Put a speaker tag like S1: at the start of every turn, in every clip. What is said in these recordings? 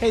S1: Hey,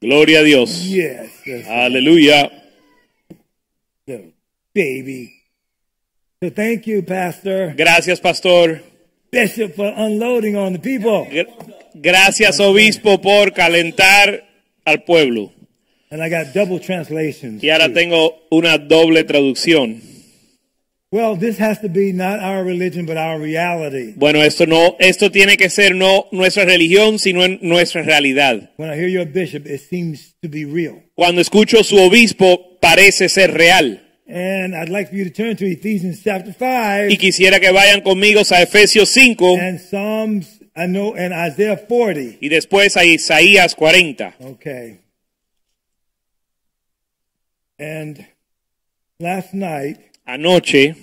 S2: Gloria a Dios.
S3: Yes. That's
S2: Aleluya.
S3: the baby. So thank you, Pastor
S2: Gracias, pastor.
S3: Bishop, for unloading on the people.
S2: Gr- Gracias, obispo, por calentar al pueblo.
S3: And I got double translations.
S2: Y ahora
S3: too.
S2: tengo una doble traducción.
S3: Well, this has to be not our religion, but our reality.
S2: Bueno, esto no, esto tiene que ser no nuestra religión, sino en nuestra realidad.
S3: When I hear your bishop, it seems to be real.
S2: Cuando escucho su obispo, parece ser real.
S3: And I'd like for you to turn to Ephesians chapter 5
S2: Y quisiera que vayan conmigo a Efesios 5
S3: and Psalms, I know, and Isaiah 40.
S2: y después a Isaías 40.
S3: Okay. And last night,
S2: Anoche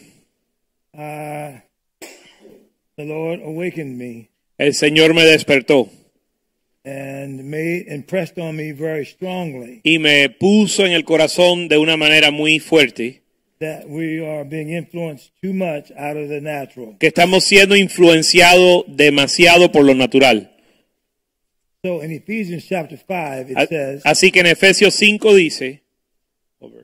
S3: Uh, the Lord awakened me
S2: el Señor me despertó
S3: and made impressed on me very strongly
S2: y me puso en el corazón de una manera muy fuerte.
S3: that we are being influenced too much out of the natural.
S2: que estamos siendo influenciados demasiado por lo natural.
S3: So in Ephesians chapter 5, it
S2: A-
S3: says,
S2: Así que en Efesios 5 dice,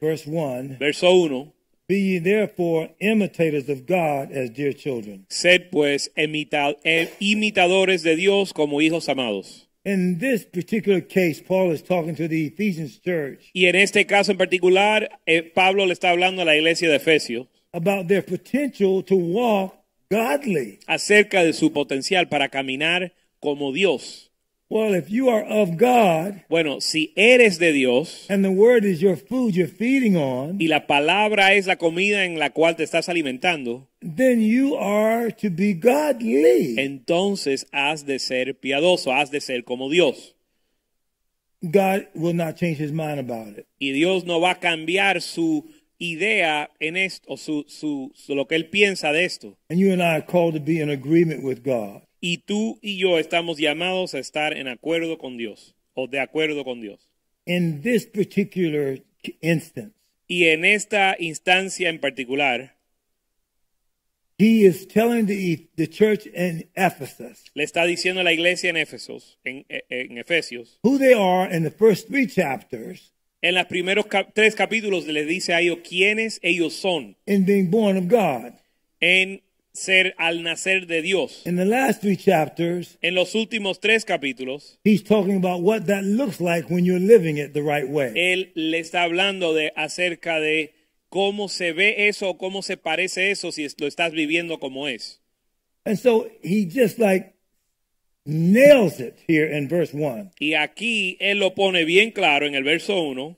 S3: verse 1,
S2: verso 1,
S3: Be ye therefore imitators of God as dear children.
S2: sed pues imita- eh, imitadores de Dios como hijos amados.
S3: In this particular case, Paul is talking to the Ephesians church
S2: Y en este caso en particular, eh, Pablo le está hablando a la iglesia de Efesios
S3: about their potential to walk godly.
S2: acerca de su potencial para caminar como Dios.
S3: Well, if you are of God
S2: Bueno, si eres de Dios
S3: and the word is your food you're feeding on,
S2: y la palabra es la comida en la cual te estás alimentando,
S3: then you are to be godly.
S2: entonces has de ser piadoso, has de ser como Dios.
S3: And God will not change his mind about it.
S2: Y Dios no va a cambiar su idea en esto, o su, su, su- lo que él piensa de esto.
S3: And you and I are called to be in agreement with God.
S2: Y tú y yo estamos llamados a estar en acuerdo con Dios, o de acuerdo con Dios.
S3: In this particular instance,
S2: Y en esta instancia en particular,
S3: he is telling the, the church in Ephesus
S2: le está diciendo a la iglesia en Éfesos, en, en Efesios,
S3: who they are in the first three chapters
S2: en los primeros cap- tres capítulos le dice a ellos quiénes ellos son
S3: in being born of God.
S2: en ser al nacer de Dios.
S3: In the last three chapters,
S2: En los últimos tres capítulos,
S3: he's talking about what that looks like when you're living it the right way.
S2: él le está hablando de acerca de cómo se ve eso o cómo se parece eso si es- lo estás viviendo como es.
S3: And so he just like nails it here in verse 1.
S2: Y aquí él lo pone bien claro en el verso 1.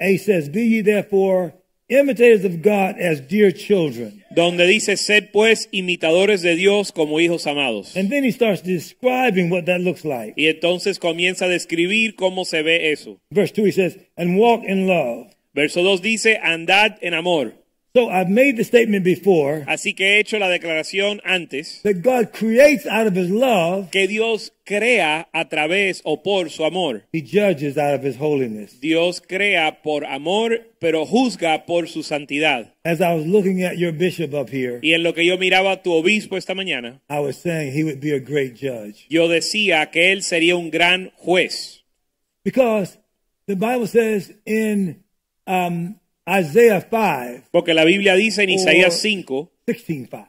S3: And he says, Be ye therefore imitators of God as dear children.
S2: Donde dice, sed pues imitadores de Dios como hijos amados.
S3: And then he starts describing what that looks like.
S2: Y entonces comienza a describir cómo se ve eso.
S3: Verse 2, he says, And walk in love.
S2: Verso 2 dice, andad en amor.
S3: So I've made the statement before
S2: Así que he hecho la declaración antes,
S3: that God creates out of his love,
S2: que Dios crea a través o por su amor.
S3: he judges out of his holiness.
S2: Dios crea por amor, pero juzga por su santidad.
S3: As I was looking at your bishop up here,
S2: Y en lo que yo miraba a tu obispo esta mañana,
S3: I was saying he would be a great judge.
S2: yo decía que él sería un gran juez.
S3: Because the Bible says in um, Isaiah 5,
S2: Porque la Biblia dice en
S3: Or-
S2: Isaías 5,
S3: 16, 5,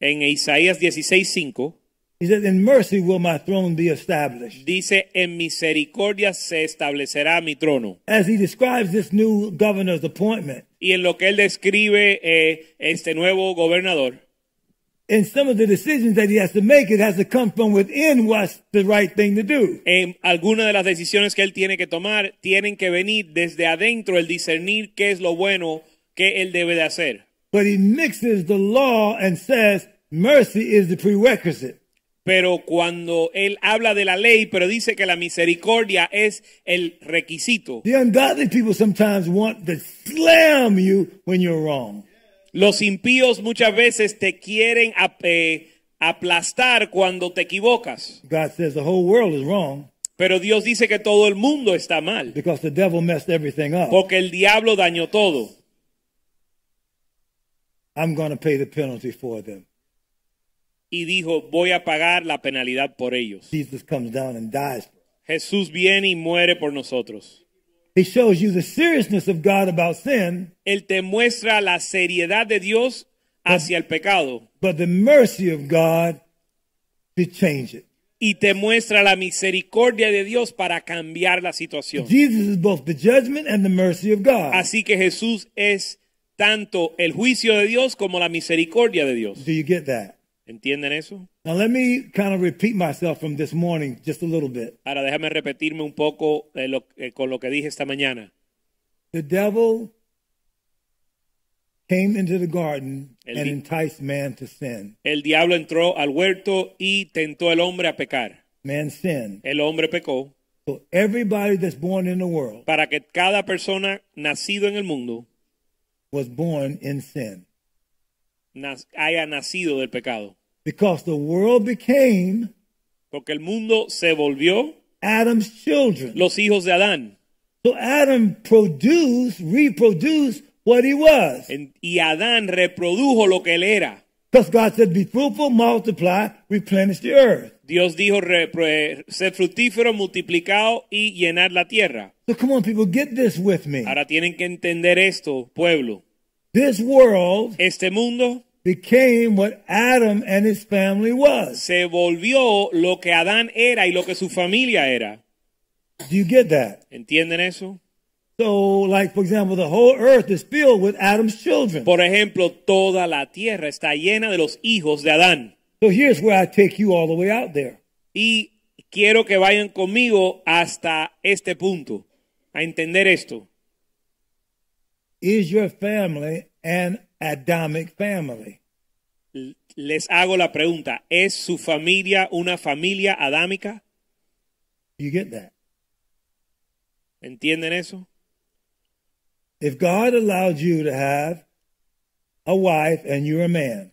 S2: en Isaías 16, 5,
S3: he says, In mercy will my throne be established.
S2: dice, en misericordia se establecerá mi trono.
S3: as he describes this new governor's appointment.
S2: Y en lo que él describe eh, este nuevo gobernador,
S3: And some of the decisions that he has to make, it has to come from within what's the right thing to do.
S2: en algunas de las decisiones que él tiene que tomar tienen que venir desde adentro el discernir qué es lo bueno que él debe de hacer.
S3: But he mixes the law and says mercy is the prerequisite.
S2: Pero cuando él habla de la ley, pero dice que la misericordia es el requisito.
S3: The ungodly people sometimes want to slam you when you're wrong.
S2: Los impíos muchas veces te quieren ap- eh, aplastar cuando te equivocas.
S3: God says the whole world is wrong
S2: Pero Dios dice que todo el mundo está mal,
S3: because the devil messed everything up.
S2: porque el diablo dañó todo.
S3: I'm going to pay the penalty for them.
S2: Y dijo, voy a pagar la penalidad por ellos.
S3: Jesus comes down and dies.
S2: Jesús viene y muere por nosotros.
S3: He shows you the seriousness of God about sin,
S2: Él te muestra la seriedad de Dios hacia el pecado
S3: but the mercy of God to change it.
S2: y te muestra la misericordia de Dios para cambiar la situación.
S3: Jesus is both the judgment and the mercy of God.
S2: Así que Jesús es tanto el juicio de Dios como la misericordia de Dios.
S3: Do you get that?
S2: ¿Entienden eso?
S3: Now, let me kind of repeat myself from this morning just a little bit.
S2: Ahora déjame repetirme un poco eh, lo- eh, con lo que dije esta mañana.
S3: The devil came into the garden
S2: El
S3: and
S2: di-
S3: enticed man to sin.
S2: El diablo entró al huerto y tentó al hombre a pecar.
S3: Man sinned.
S2: El hombre pecó
S3: So, everybody that's born in the world
S2: para que cada persona nacido en el mundo
S3: was born in sin
S2: nas- haya nacido del pecado.
S3: because the world became
S2: Porque el mundo se volvió
S3: Adam's children.
S2: los hijos de Adán.
S3: So Adam produced, reproduced what he was.
S2: En- y Adán reprodujo lo que él era.
S3: Because God said, be fruitful, multiply, replenish the earth.
S2: Dios dijo, "Repro- eh, sed fructífero, multiplicado y llenad la tierra.
S3: So come on, people, get this with me.
S2: Ahora tienen que entender esto, pueblo.
S3: This world
S2: Este mundo
S3: became what Adam and his family was.
S2: se volvió lo que Adán era y lo que su familia era.
S3: Do you get that?
S2: ¿Entienden eso?
S3: So, like, for example, the whole earth is filled with Adam's children.
S2: Por ejemplo, toda la tierra está llena de los hijos de Adán.
S3: So here's where I take you all the way out there.
S2: Y quiero que vayan conmigo hasta este punto, a entender esto.
S3: Is your family an Adamic family?
S2: L- Les hago la pregunta, ¿es su familia una familia adámica?
S3: You get that?
S2: ¿Entienden eso?
S3: If God allowed you to have a wife and you're a man,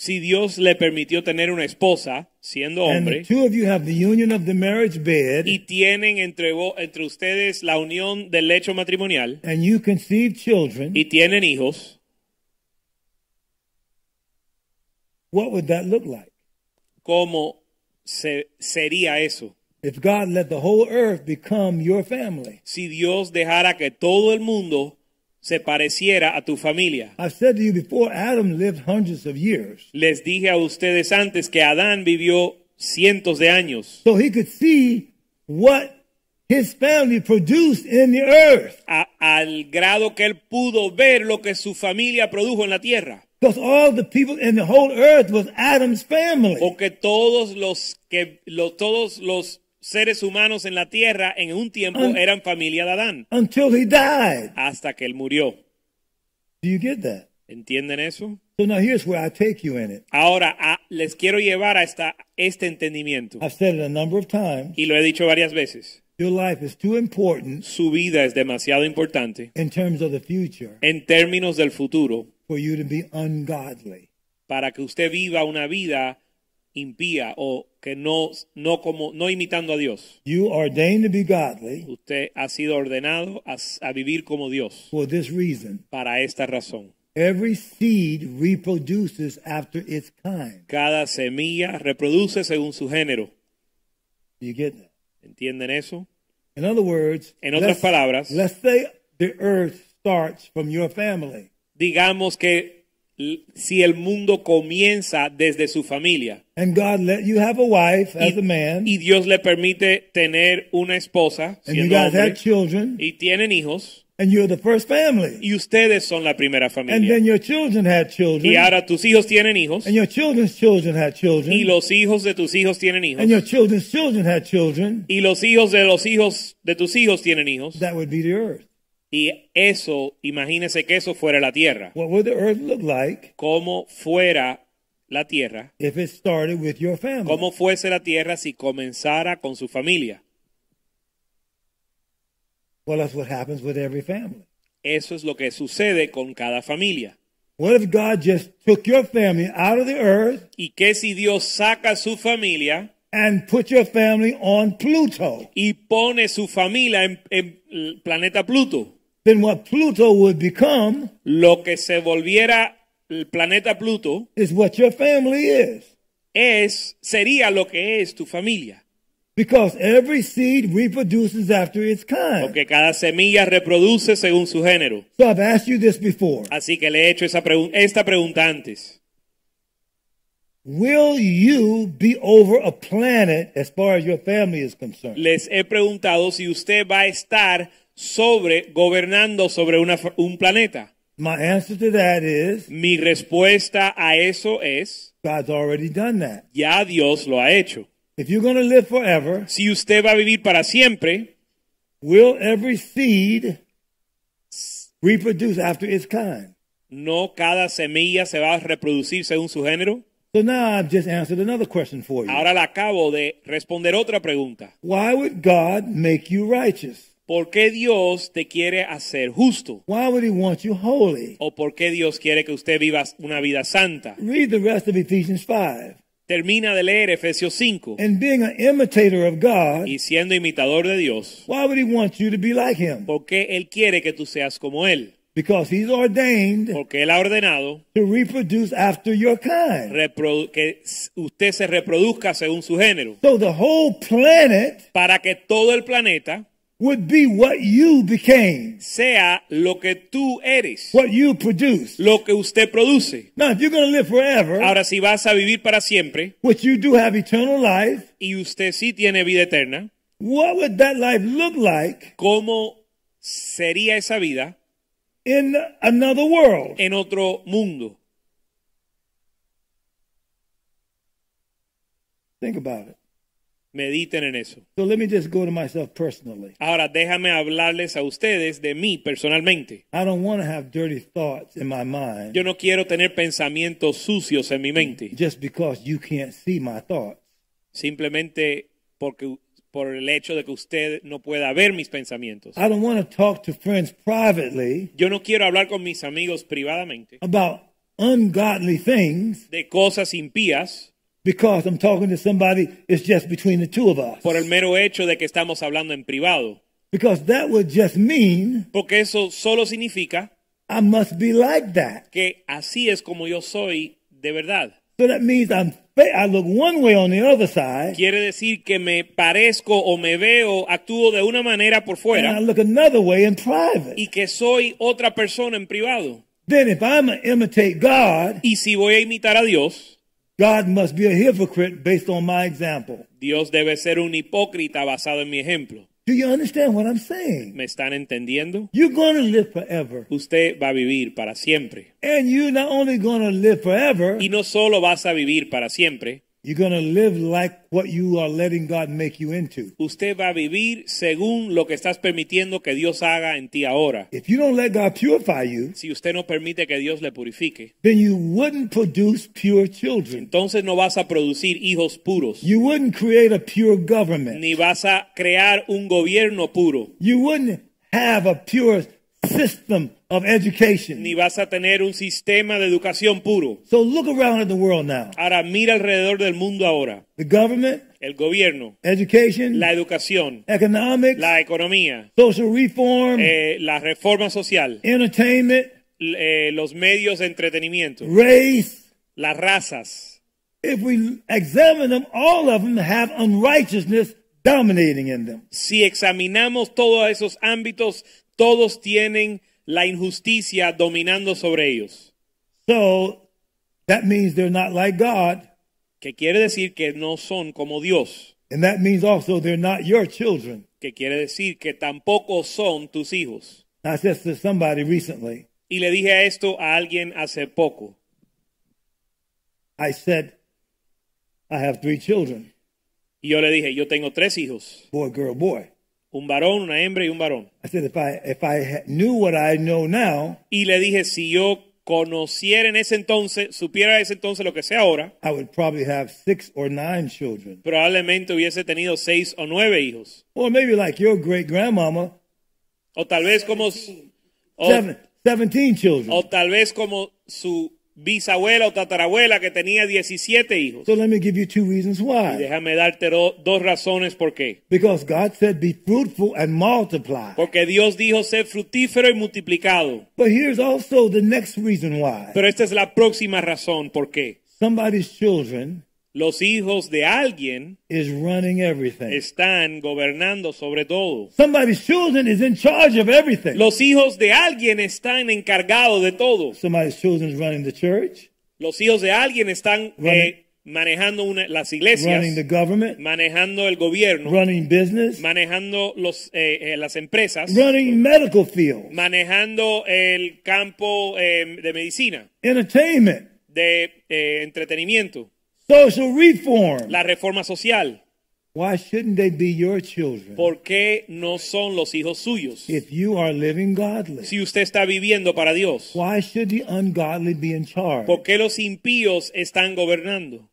S2: Si Dios le permitió tener una esposa, siendo
S3: and the
S2: hombre,
S3: two of you have the union of the marriage bed,
S2: y tienen entre, vo- entre ustedes la unión del lecho matrimonial,
S3: and you conceive children,
S2: y tienen hijos,
S3: what would that look like?
S2: ¿cómo se- sería eso?
S3: If God let the whole earth become your family.
S2: si Dios dejara que todo el mundo se pareciera a tu familia.
S3: I've said to you before, Adam lived hundreds of years.
S2: Les dije a ustedes antes que Adán vivió cientos de años.
S3: So he could see what his family produced in the earth.
S2: a- al grado que él pudo ver lo que su familia produjo en la tierra.
S3: Because all the people in the whole earth was Adam's family.
S2: Porque todos los, que, lo- todos los seres humanos en la tierra en un tiempo
S3: Ah.
S2: eran familia de Adán.
S3: Until he died.
S2: Hasta que él murió.
S3: Do you get that?
S2: ¿Entienden eso?
S3: So now here's where I take you in it.
S2: Ahora a- les quiero llevar a esta, este entendimiento.
S3: I've said it a number of times.
S2: Y lo he dicho varias veces.
S3: Your life is too important
S2: Su vida es demasiado importante.
S3: in terms of the future
S2: en términos del futuro
S3: for you to be ungodly.
S2: para que usted viva una vida impía o que no no como no imitando a Dios.
S3: You are ordained to be godly
S2: Usted ha sido ordenado a, s- a vivir como Dios
S3: for this reason.
S2: para esta razón.
S3: Every seed reproduces after its kind.
S2: Cada semilla reproduce según su género.
S3: Do you get that?
S2: ¿Entienden eso?
S3: In other words,
S2: En otras palabras-
S3: let's say the earth starts from your family
S2: Digamos que l- si el mundo comienza desde su familia
S3: and God let you have a wife
S2: y,
S3: as a man
S2: y Dios le permite tener una esposa
S3: and you
S2: siendo
S3: guys
S2: hombre,
S3: have children
S2: y tienen hijos
S3: and you're the first family
S2: y ustedes son la primera familia.
S3: and then your children had children
S2: Y ahora tus hijos tienen hijos.
S3: and your children's children had children
S2: Y los hijos de tus hijos tienen hijos.
S3: and your children's children had children
S2: Y los hijos de los hijos de tus hijos tienen hijos.
S3: that would be the earth.
S2: Y eso, imagínese que eso fuera la tierra.
S3: What would the earth look like
S2: Cómo fuera la tierra
S3: if it started with your family.
S2: como fuese la tierra si comenzara con su familia.
S3: Well, that's what happens with every family.
S2: Eso es lo que sucede con cada familia.
S3: What if God just took your family out of the earth
S2: ¿Y qué si Dios saca su familia
S3: and put your family on Pluto?
S2: y pone su familia en, en el planeta Pluto?
S3: Then what Pluto would become
S2: Lo que se volviera el planeta Pluto
S3: is what your family is.
S2: es sería lo que es tu familia,
S3: Because every seed reproduces after its kind.
S2: porque cada semilla reproduce según su género.
S3: So I've asked you this before.
S2: Así que le he hecho esa pregun- esta pregunta antes.
S3: Will you be over a planet as far as your family is concerned?
S2: Les he preguntado si usted va a estar sobre gobernando sobre una fa- un planeta.
S3: My answer to that is
S2: Mi respuesta a eso es
S3: God's already done that.
S2: ya Dios lo ha hecho.
S3: If you're going to live forever,
S2: Si usted va a vivir para siempre,
S3: will every seed reproduce after its kind?
S2: no cada semilla se va a reproducir según su género.
S3: So now I've just answered another question for you.
S2: Ahora le acabo de responder otra pregunta.
S3: Why would God make you righteous?
S2: ¿Por qué Dios te quiere hacer justo?
S3: Why would He want you holy?
S2: ¿O por qué Dios quiere que usted viva una vida santa?
S3: Read the rest of Ephesians 5.
S2: Termina de leer Efesios 5
S3: And being an imitator of God,
S2: y siendo imitador de Dios.
S3: why would He want you to be like Him?
S2: ¿Por qué Él quiere que tú seas como Él?
S3: Because He's ordained
S2: Porque Él ha ordenado
S3: to reproduce after your kind.
S2: reprodu- que s- usted se reproduzca según su género.
S3: So the whole planet
S2: Para que todo el planeta
S3: would be what you became,
S2: sea lo que tú eres,
S3: what you produced.
S2: lo que usted produce.
S3: Now, if you're going to live forever,
S2: Ahora, si vas a vivir para siempre
S3: which you do have eternal life,
S2: y usted sí tiene vida eterna,
S3: what would that life look like
S2: ¿cómo sería esa vida
S3: in another world?
S2: en otro mundo?
S3: Think about it.
S2: Mediten en eso.
S3: So let me just go to myself personally.
S2: Ahora, déjame hablarles a ustedes de mí personalmente.
S3: I don't want to have dirty thoughts in my mind
S2: Yo no quiero tener pensamientos sucios en mi mente.
S3: just because you can't see my thoughts.
S2: simplemente porque por el hecho de que usted no pueda ver mis pensamientos.
S3: I don't want to talk to friends privately
S2: Yo no quiero hablar con mis amigos privadamente
S3: about ungodly things
S2: de cosas impías
S3: because I'm talking to somebody, it's just between the two of us.
S2: por el mero hecho de que estamos hablando en privado,
S3: Because that would just mean
S2: porque eso solo significa
S3: I must be like that.
S2: que así es como yo soy de verdad.
S3: So that means I'm fa- I look one way on the other side,
S2: Quiere decir que me parezco o me veo, actúo de una manera por
S3: and I
S2: fuera
S3: look another way in private.
S2: y que soy otra persona en privado.
S3: Then if I'm going to imitate God,
S2: Y si voy a imitar a Dios,
S3: God must be a hypocrite based on my example.
S2: Dios debe ser un hipócrita basado en mi ejemplo.
S3: Do you understand what I'm saying?
S2: ¿Me están entendiendo?
S3: You're going to live forever.
S2: Usted va a vivir para siempre.
S3: And you're not only going to live forever,
S2: Y no solo vas a vivir para siempre,
S3: you're going to live like what you are letting God make you into.
S2: usted va a vivir según lo que estás permitiendo que Dios haga en ti ahora.
S3: If you don't let God purify you,
S2: Si usted no permite que Dios le purifique,
S3: then you wouldn't produce pure children.
S2: entonces no vas a producir hijos puros,
S3: You wouldn't create a pure government.
S2: ni vas a crear un gobierno puro,
S3: You wouldn't have a pure system of
S2: ni
S3: education.
S2: vas a tener un sistema de educación puro.
S3: So look around at the world now.
S2: Ahora mira alrededor del mundo ahora.
S3: The government,
S2: El gobierno,
S3: education,
S2: la educación,
S3: economics,
S2: la economía,
S3: social reform,
S2: eh, la reforma social,
S3: entertainment,
S2: l- eh, los medios de entretenimiento.
S3: race.
S2: las razas.
S3: If we examine them, all of them have unrighteousness dominating in them.
S2: Si examinamos todos esos ámbitos, todos tienen la injusticia dominando sobre ellos.
S3: So that means they're not like God,
S2: Que quiere decir que no son como Dios.
S3: and that means also they're not your children.
S2: Que quiere decir que tampoco son tus hijos.
S3: I said to somebody recently,
S2: Y le dije esto a alguien hace poco.
S3: I said, I have three children
S2: Y yo le dije, yo tengo tres hijos.
S3: boy, girl, boy.
S2: Un varón, una hembra y un varón.
S3: I said, if I, if I ha- knew what I know now,
S2: Y le dije, si yo conociera en ese entonces, supiera en ese entonces lo que sé ahora,
S3: I would probably have six or nine children.
S2: probablemente hubiese tenido seis o nueve hijos.
S3: Or maybe like your great grandmama,
S2: O tal vez como s- o,
S3: seven, 17 children.
S2: o tal vez como su bisabuela o tatarabuela que tenía 17 hijos.
S3: So let me give you two reasons
S2: Y
S3: why.
S2: déjame darte do- dos razones por qué.
S3: Because God said, be fruitful and multiply.
S2: Porque Dios dijo ser fructífero y multiplicado.
S3: But here's also the next reason why.
S2: Pero esta es la próxima razón por qué.
S3: Somebody's children
S2: Los hijos de alguien
S3: is running everything.
S2: están gobernando sobre todo.
S3: Somebody's children is in charge of everything.
S2: Los hijos de alguien están encargados de todo.
S3: Somebody's children is running the church,
S2: Los hijos de alguien están
S3: Running-
S2: eh, manejando una- las iglesias,
S3: running the government,
S2: manejando el gobierno,
S3: running business,
S2: manejando los, eh, eh, las empresas,
S3: running medical field,
S2: manejando el campo eh, de medicina,
S3: entertainment,
S2: de eh, entretenimiento,
S3: social reform.
S2: la reforma social.
S3: Why shouldn't they be your children
S2: ¿Por qué no son los hijos suyos?
S3: if you are living godly?
S2: Si usted está viviendo para Dios,
S3: Why should the ungodly be in charge?
S2: ¿por qué los impíos están gobernando?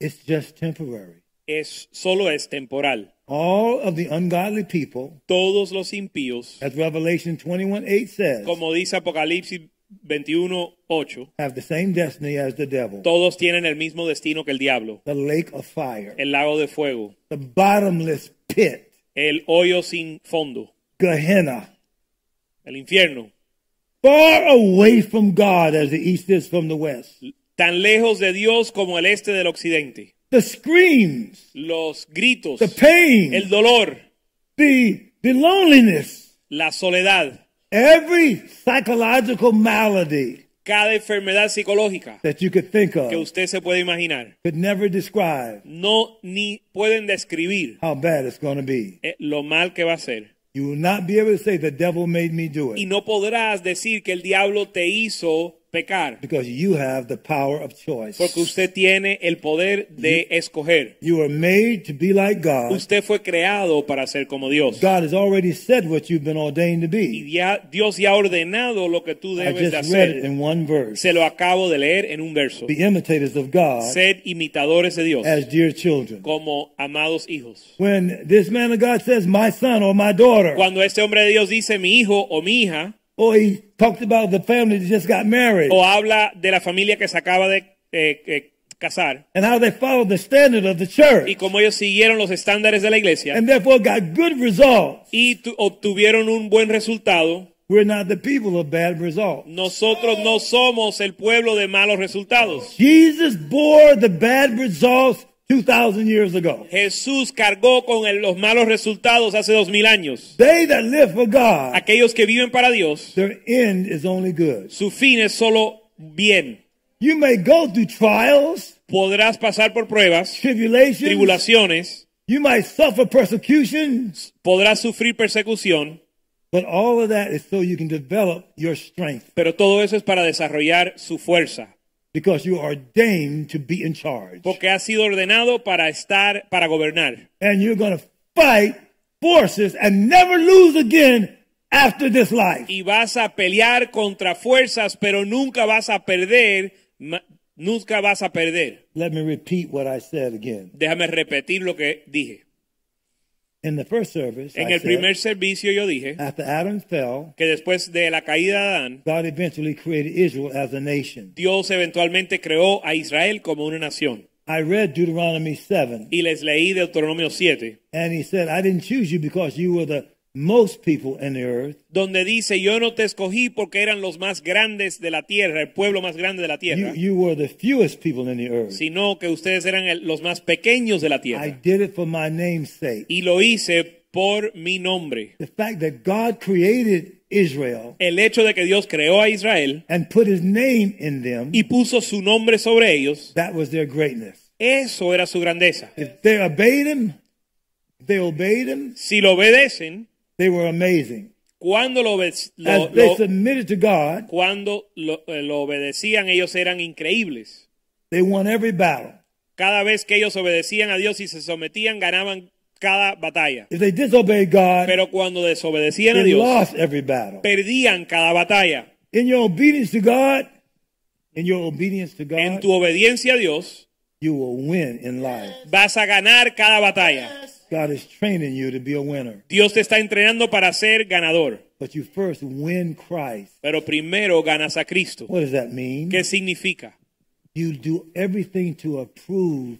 S3: It's just temporary.
S2: Es solo es temporal.
S3: All of the ungodly people,
S2: Todos los impíos,
S3: as Revelation 21 8 says,
S2: como dice Apocalipsis 21:8,
S3: have the same destiny as the devil
S2: todos tienen el mismo destino que el diablo,
S3: the lake of fire,
S2: el lago de fuego,
S3: the bottomless pit,
S2: el hoyo sin fondo,
S3: Gehenna,
S2: el infierno,
S3: far away from God as the east is from the west.
S2: tan lejos de Dios como el este del occidente.
S3: The screams,
S2: Los gritos,
S3: the pain,
S2: el dolor,
S3: the, the loneliness,
S2: la soledad,
S3: every psychological malady
S2: cada enfermedad psicológica
S3: that you could think
S2: que
S3: of
S2: usted se puede imaginar.
S3: could never describe
S2: no ni pueden describir
S3: how bad it's going to be.
S2: eh, lo mal que va a ser.
S3: You will not be able to say, The devil made me do
S2: Y
S3: it.
S2: no podrás decir que el diablo te hizo pecar,
S3: Because you have the power of choice.
S2: porque usted tiene el poder de escoger.
S3: You are made to be like God.
S2: Usted fue creado para ser como Dios.
S3: God has already said what you've been ordained to be.
S2: Y ya, Dios ya ha ordenado lo que tú
S3: I
S2: debes de
S3: just read it
S2: hacer.
S3: in one verse.
S2: Se lo acabo de leer en un verso.
S3: Be imitators of God
S2: Sed imitadores de Dios
S3: as dear children.
S2: como amados hijos.
S3: When this man of God says, My son or my daughter,
S2: Cuando este hombre de Dios dice mi hijo o mi hija,
S3: or he talked about the family that just got married
S2: o habla de la familia que se acaba de eh, eh, casar,
S3: and how they followed the standard of the
S2: y
S3: church
S2: como ellos siguieron los estándares de la iglesia
S3: and therefore got good results,
S2: y tu- obtuvieron un buen resultado,
S3: we're not the people of bad results.
S2: nosotros no somos el pueblo de malos resultados.
S3: Jesus bore the bad results 2,000 years ago.
S2: Jesús cargó con el- los malos resultados hace dos mil años.
S3: They that live for God,
S2: Aquellos que viven para Dios,
S3: their end is only good.
S2: su fin es solo bien.
S3: You may go through trials,
S2: Podrás pasar por pruebas,
S3: tribulations,
S2: tribulaciones,
S3: you might suffer persecution,
S2: podrás sufrir persecución,
S3: But all of that is so you can develop your strength
S2: pero todo eso es para desarrollar su fuerza,
S3: because you are ordained to be in charge.
S2: porque ha sido ordenado para estar, para gobernar.
S3: And you're going to fight forces and never lose again after this life.
S2: y vas a pelear contra fuerzas, pero nunca vas a perder, ma- nunca vas a perder.
S3: Let me repeat what I said again.
S2: Déjame repetir lo que dije.
S3: In the first service,
S2: En
S3: I
S2: el
S3: said,
S2: primer servicio yo dije
S3: after Adam fell,
S2: que después de la caída de Adán,
S3: God eventually created Israel as a nation.
S2: Dios eventualmente creó a Israel como una nación.
S3: I read Deuteronomy 7,
S2: Y les leí Deuteronomio 7,
S3: and he said, I didn't choose you because you were the most people in the earth,
S2: donde dice, yo no te escogí porque eran los más grandes de la tierra, el pueblo más grande de la
S3: you,
S2: tierra,
S3: you were the fewest people in the earth.
S2: sino que ustedes eran el- los más pequeños de la
S3: I
S2: tierra.
S3: did it for my name's sake.
S2: Y lo hice por mi nombre.
S3: the fact that God created Israel
S2: El hecho de que Dios creó a Israel
S3: and put his name in them,
S2: y puso su nombre sobre ellos,
S3: that was their greatness.
S2: eso era su grandeza.
S3: If they obeyed him, if they obeyed him,
S2: Si lo obedecen,
S3: they were amazing.
S2: cuando lo, obede- lo-
S3: As they
S2: lo-
S3: submitted to God,
S2: cuando lo, eh, lo obedecían, ellos eran increíbles.
S3: they won every battle.
S2: Cada vez que ellos obedecían a Dios y se sometían, ganaban cada batalla.
S3: If they disobeyed God,
S2: Pero cuando desobedecían a
S3: they
S2: Dios,
S3: lost every battle.
S2: perdían cada batalla.
S3: in your obedience to God, in your obedience to
S2: En
S3: God,
S2: tu obediencia a Dios
S3: you will win in life.
S2: vas a ganar cada batalla.
S3: God is training you to be a winner,
S2: Dios te está entrenando para ser ganador,
S3: but you first win Christ.
S2: pero primero ganas a Cristo.
S3: What does that mean?
S2: ¿Qué significa?
S3: You do everything to approve,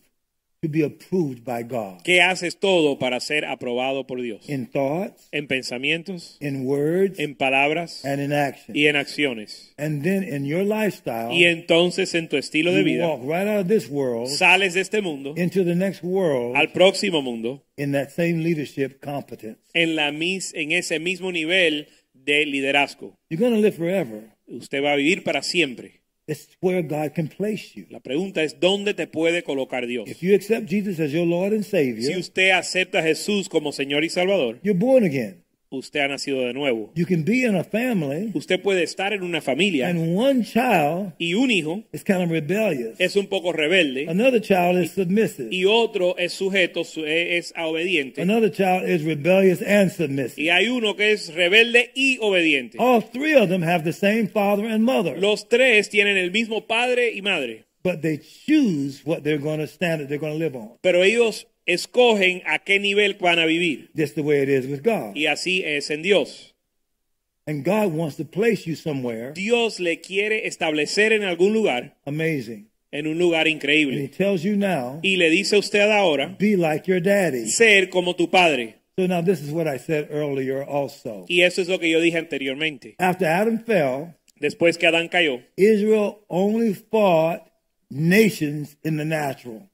S3: to be approved by God
S2: Que haces todo para ser aprobado por Dios.
S3: in thoughts,
S2: En pensamientos,
S3: in words,
S2: en palabras
S3: and in action.
S2: y en acciones.
S3: And then in your lifestyle,
S2: Y entonces en tu estilo de
S3: you
S2: vida
S3: walk right out of this world
S2: sales de este mundo
S3: into the next world
S2: al próximo mundo
S3: in that same leadership competence.
S2: en, la mis, en ese mismo nivel de liderazgo.
S3: You're going to live forever.
S2: Usted va a vivir para siempre.
S3: It's where God can place you.
S2: La pregunta es, ¿dónde te puede colocar Dios?
S3: If you accept Jesus as your Lord and
S2: Si
S3: Savior,
S2: usted acepta a Jesús como Señor y Salvador,
S3: you're born again.
S2: usted ha nacido de nuevo.
S3: You can be in a family,
S2: Usted puede estar en una familia
S3: and one child
S2: y un hijo
S3: is kind of rebellious.
S2: es un poco rebelde
S3: Another child is submissive.
S2: y otro es sujeto, su- e, es es obediente.
S3: Another child is rebellious and submissive.
S2: Y hay uno que es rebelde y obediente.
S3: All three of them have the same father and mother,
S2: Los tres tienen el mismo padre y madre,
S3: but they choose what they're going to stand that they're going to live on.
S2: pero ellos escogen a qué nivel van a vivir.
S3: That's the way it is with God.
S2: Y así es en Dios.
S3: And God wants to place you somewhere
S2: Dios le quiere establecer en algún lugar,
S3: amazing.
S2: en un lugar
S3: And He
S2: increíble.
S3: tells you now,
S2: Y le dice a usted ahora,
S3: be like your daddy.
S2: ser como tu padre.
S3: So now this is what I said earlier also.
S2: Y eso es lo que yo dije anteriormente.
S3: After Adam fell,
S2: Después que Adán cayó,
S3: Israel only fought nations in the natural.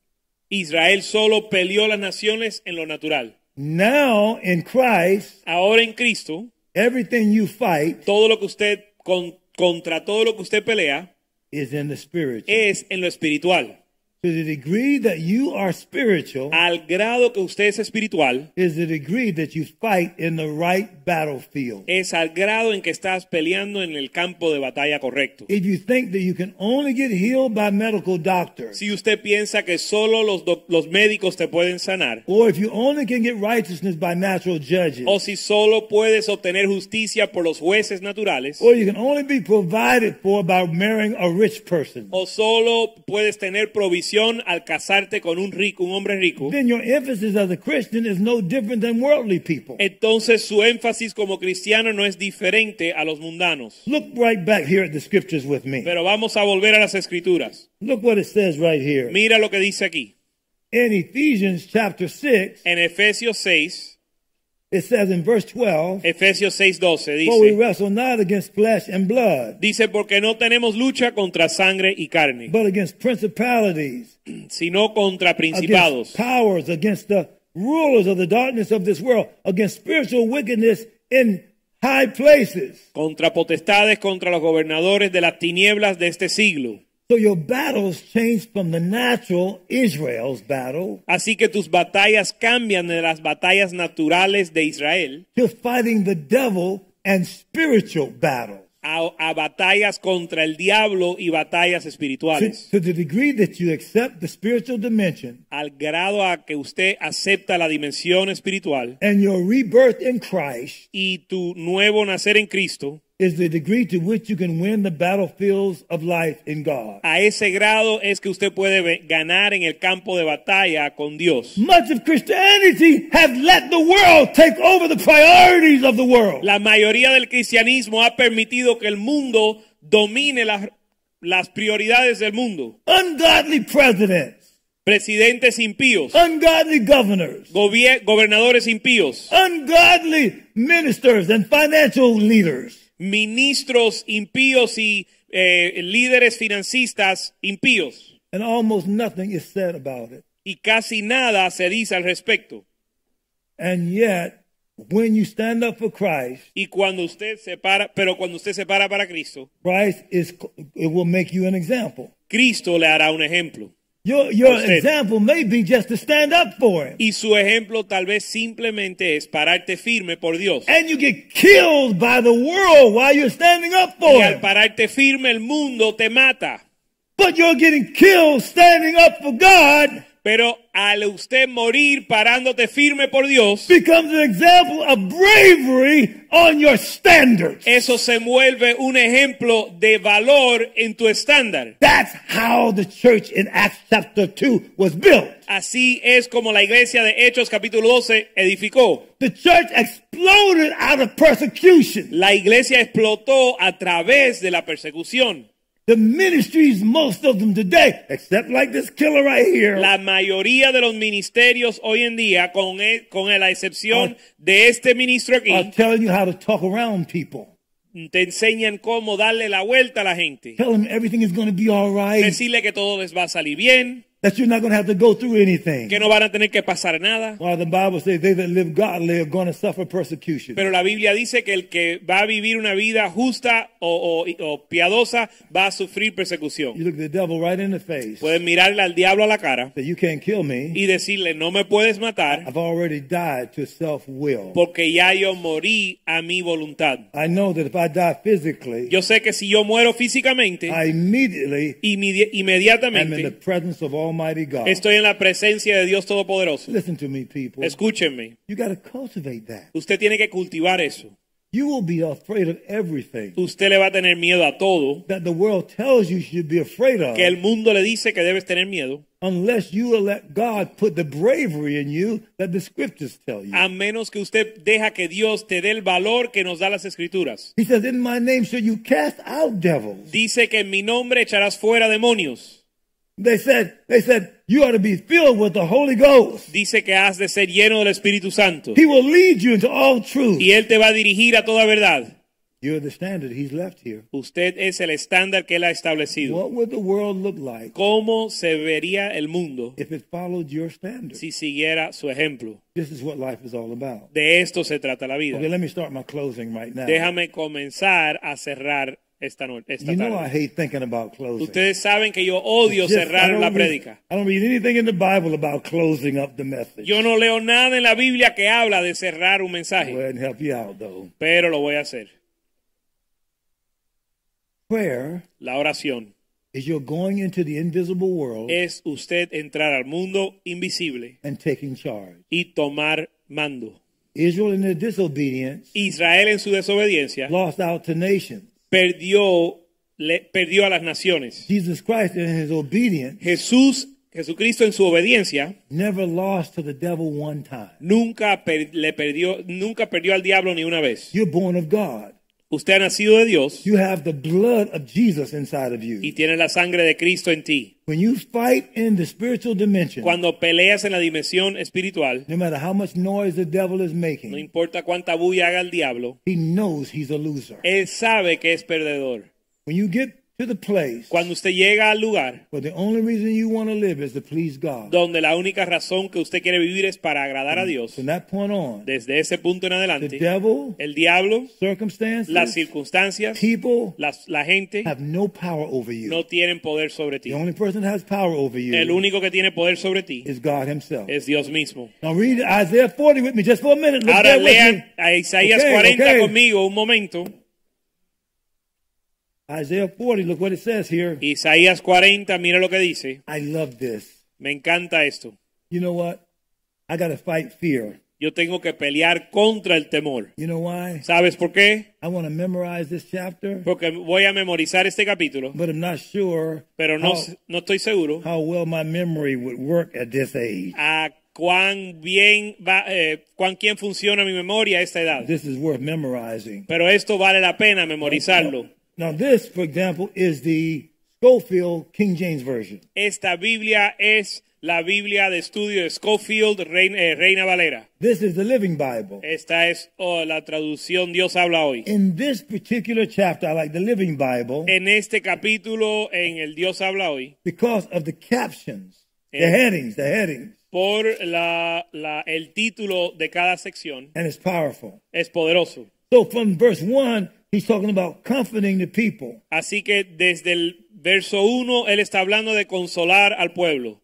S2: Israel solo peleó las naciones en lo natural.
S3: Now in Christ,
S2: Ahora en Cristo,
S3: everything you fight
S2: todo lo que usted, con- contra todo lo que usted pelea,
S3: is in the spiritual.
S2: es en lo espiritual.
S3: To the degree that you are spiritual
S2: Al grado que usted es espiritual,
S3: is the degree that you fight in the right battlefield.
S2: es al grado en que estás peleando en el campo de batalla correcto.
S3: If you think that you can only get healed by medical doctors,
S2: Si usted piensa que solo los, doc- los médicos te pueden sanar,
S3: or if you only can get righteousness by natural judges,
S2: o si solo puedes obtener justicia por los jueces naturales,
S3: or you can only be provided for by marrying a rich person,
S2: o solo puedes tener provisión al casarte con un rico, un hombre rico,
S3: then your emphasis as a Christian is no different than worldly people.
S2: entonces su énfasis como cristiano no es diferente a los mundanos.
S3: Look right back here at the scriptures with me.
S2: Pero vamos a volver a las escrituras.
S3: Look what it says right here.
S2: Mira lo que dice aquí.
S3: In Ephesians chapter 6,
S2: En Efesios 6,
S3: it says in verse 12,
S2: Efesios 6:12
S3: For we
S2: dice,
S3: wrestle not against flesh and blood,
S2: dice, porque no tenemos lucha contra sangre y carne,
S3: but against principalities,
S2: sino contra
S3: against
S2: principados,
S3: powers, against the rulers of the darkness of this world, against spiritual wickedness in high places.
S2: contra potestades, contra los gobernadores de las tinieblas de este siglo.
S3: So your battles change from the natural Israel's battle
S2: Así que tus batallas cambian de las batallas naturales de Israel
S3: to fighting the devil and spiritual battles.
S2: a, a batallas contra el diablo y batallas
S3: To,
S2: espirituales.
S3: to the degree that you accept the spiritual dimension
S2: Al grado a que usted acepta la dimensión espiritual
S3: and your rebirth in Christ
S2: y tu nuevo nacer en Cristo,
S3: is the degree to which you can win the battlefields of life in God.
S2: a ese grado es que usted puede ve- ganar en el campo de batalla con Dios.
S3: Much of Christianity has let the world take over the priorities of the world.
S2: La mayoría del cristianismo ha permitido que el mundo domine las, las prioridades del mundo.
S3: Ungodly presidents,
S2: Presidentes impíos,
S3: ungodly governors,
S2: gobier- gobernadores impíos,
S3: ungodly ministers and financial leaders.
S2: ministros impíos y eh, líderes financistas impíos.
S3: And almost nothing is said about it.
S2: Y casi nada se dice al respecto.
S3: And yet, when you stand up for Christ,
S2: Y cuando usted se para, pero cuando usted se para para Cristo,
S3: Christ is it will make you an example.
S2: Cristo le hará un ejemplo.
S3: Your your
S2: Usted.
S3: example may be just to stand up for him.
S2: Y su ejemplo tal vez simplemente es pararte firme por Dios.
S3: And you get killed by the world while you're standing up
S2: Y
S3: for
S2: al
S3: him.
S2: pararte firme el mundo te mata.
S3: But you're getting killed standing up for God
S2: Pero al usted morir parándote firme por Dios,
S3: becomes an example of bravery on your standards.
S2: eso se vuelve un ejemplo de valor en tu estándar.
S3: That's how the church in Acts chapter 2 was built.
S2: Así es como la iglesia de Hechos capítulo 12 edificó.
S3: The church exploded out of persecution.
S2: La iglesia explotó a través de la persecución.
S3: The ministries, most of them today, except like this killer right here,
S2: La mayoría de los ministerios hoy en día, con, e- con la excepción de este ministro
S3: are
S2: aquí,
S3: telling you how to talk around people.
S2: te enseñan cómo darle la vuelta a la gente.
S3: Tell them everything is going to be all right,
S2: Decirle que todo les va a salir bien,
S3: that you're not going to have to go through anything.
S2: que no van a tener que pasar nada.
S3: Well, the Bible says they that live godly are going to suffer persecution.
S2: Pero la Biblia dice que el que va a vivir una vida justa o, o- o piadosa va a sufrir
S3: You
S2: persecución.
S3: look the devil right in the face. Say,
S2: Pueden mirarle al diablo a la cara
S3: you can't kill me.
S2: y decirle, no me puedes matar
S3: I've already died to self-will.
S2: porque ya yo morí a mi voluntad.
S3: I know that if I die physically,
S2: Yo sé que si yo muero físicamente,
S3: I immediately
S2: inmedi-
S3: am in the
S2: inmediatamente
S3: presence of Almighty God.
S2: estoy en la presencia de Dios Todopoderoso.
S3: Listen to me, people.
S2: Escúchenme,
S3: You got to cultivate that.
S2: usted tiene que cultivar eso.
S3: You will be afraid of everything
S2: Usted le va a tener miedo a todo
S3: that the world tells you you should be afraid of
S2: que el mundo le dice que debes tener miedo,
S3: unless you will let God put the bravery in you that the scriptures tell you.
S2: a menos que usted deja que Dios te dé el valor que nos da las escrituras.
S3: He says, In my name shall you cast out devils.
S2: Dice que en mi nombre echarás fuera demonios.
S3: They said, they said, you ought to be filled with the Holy Ghost.
S2: Dice que has de ser lleno del Espíritu Santo
S3: He will lead you into all truth.
S2: y él te va a dirigir a toda verdad.
S3: You're the standard he's left here.
S2: Usted es el estándar que él ha establecido.
S3: What would the world look like
S2: ¿Cómo se vería el mundo
S3: if it followed your standard?
S2: si siguiera su ejemplo?
S3: This is what life is all about.
S2: De esto se trata la vida.
S3: Okay, let me start my closing right now.
S2: Déjame comenzar a cerrar esta noche, esta
S3: You know I
S2: tarde.
S3: hate thinking about closing.
S2: Ustedes saben que yo odio
S3: Just- I
S2: cerrar
S3: don't
S2: la
S3: read-
S2: prédica.
S3: I don't read anything in the Bible about closing up the message.
S2: Yo no leo nada en la Biblia que habla de cerrar un
S3: Go
S2: mensaje,
S3: ahead and help you out though.
S2: pero lo voy a hacer.
S3: Prayer
S2: La oración
S3: is you're going into the invisible world
S2: es usted entrar al mundo invisible
S3: and taking charge.
S2: y tomar mando.
S3: Israel in their disobedience
S2: Israel en su desobediencia
S3: lost out to nations.
S2: perdió, le- perdió a las naciones.
S3: Jesus Christ in his obedience
S2: Jesús, Jesucristo en su obediencia
S3: never lost to the devil one time.
S2: nunca per- le perdió, nunca perdió al diablo ni una vez.
S3: You're born of God.
S2: Usted ha nacido de Dios
S3: You have the blood of Jesus inside of
S2: y
S3: you.
S2: tiene la sangre de Cristo en ti.
S3: When you fight in the spiritual dimension,
S2: Cuando peleas en la dimensión espiritual,
S3: no matter how much noise the devil is
S2: no
S3: making,
S2: importa cuánta bulla haga el diablo,
S3: he knows he's a loser.
S2: él sabe que es perdedor.
S3: When you get to the place
S2: Cuando usted llega al lugar
S3: where the only reason you want to live is to please God,
S2: donde la única razón que usted quiere vivir es para agradar a Dios,
S3: from that point on,
S2: desde ese punto en
S3: the
S2: adelante,
S3: devil,
S2: el diablo, las
S3: circumstances,
S2: circunstancias,
S3: people
S2: las- la gente
S3: have no power over you.
S2: no tienen poder sobre ti.
S3: The only person that has power over
S2: El
S3: you
S2: único que tiene poder sobre ti
S3: is God Himself.
S2: es Dios mismo.
S3: Now read Isaiah 40 with me just for a minute. Look
S2: Ahora
S3: there with me.
S2: lean a Isaías
S3: Okay,
S2: 40
S3: okay.
S2: conmigo un momento.
S3: Isaiah 40, look what it says here.
S2: Isaías 40, mira lo que dice.
S3: I love this.
S2: Me encanta esto.
S3: You know what? I got to fight fear.
S2: Yo tengo que pelear contra el temor.
S3: You know why?
S2: ¿Sabes por qué?
S3: I want to memorize this chapter,
S2: Porque voy a memorizar este capítulo,
S3: but I'm not sure
S2: pero no,
S3: how,
S2: no estoy seguro
S3: how well my memory would work at this age.
S2: a cuán bien va, eh, cuán bien funciona mi memoria a esta edad.
S3: This is worth memorizing.
S2: Pero esto vale la pena memorizarlo.
S3: Now, this, for example, is the Schofield King James Version.
S2: Esta Biblia es la Biblia de estudio de Schofield, Reina, eh, Reina Valera.
S3: This is the Living Bible.
S2: Esta es oh, la traducción Dios habla hoy.
S3: In this particular chapter, I like the Living Bible
S2: En este capítulo, en el Dios habla hoy,
S3: because of the captions, the
S2: And-
S3: headings, the headings,
S2: por la- la- el título de cada sección,
S3: and it's powerful.
S2: es poderoso.
S3: So from verse 1, he's talking about comforting the people.
S2: Así que desde el verso 1, él está hablando de consolar al pueblo.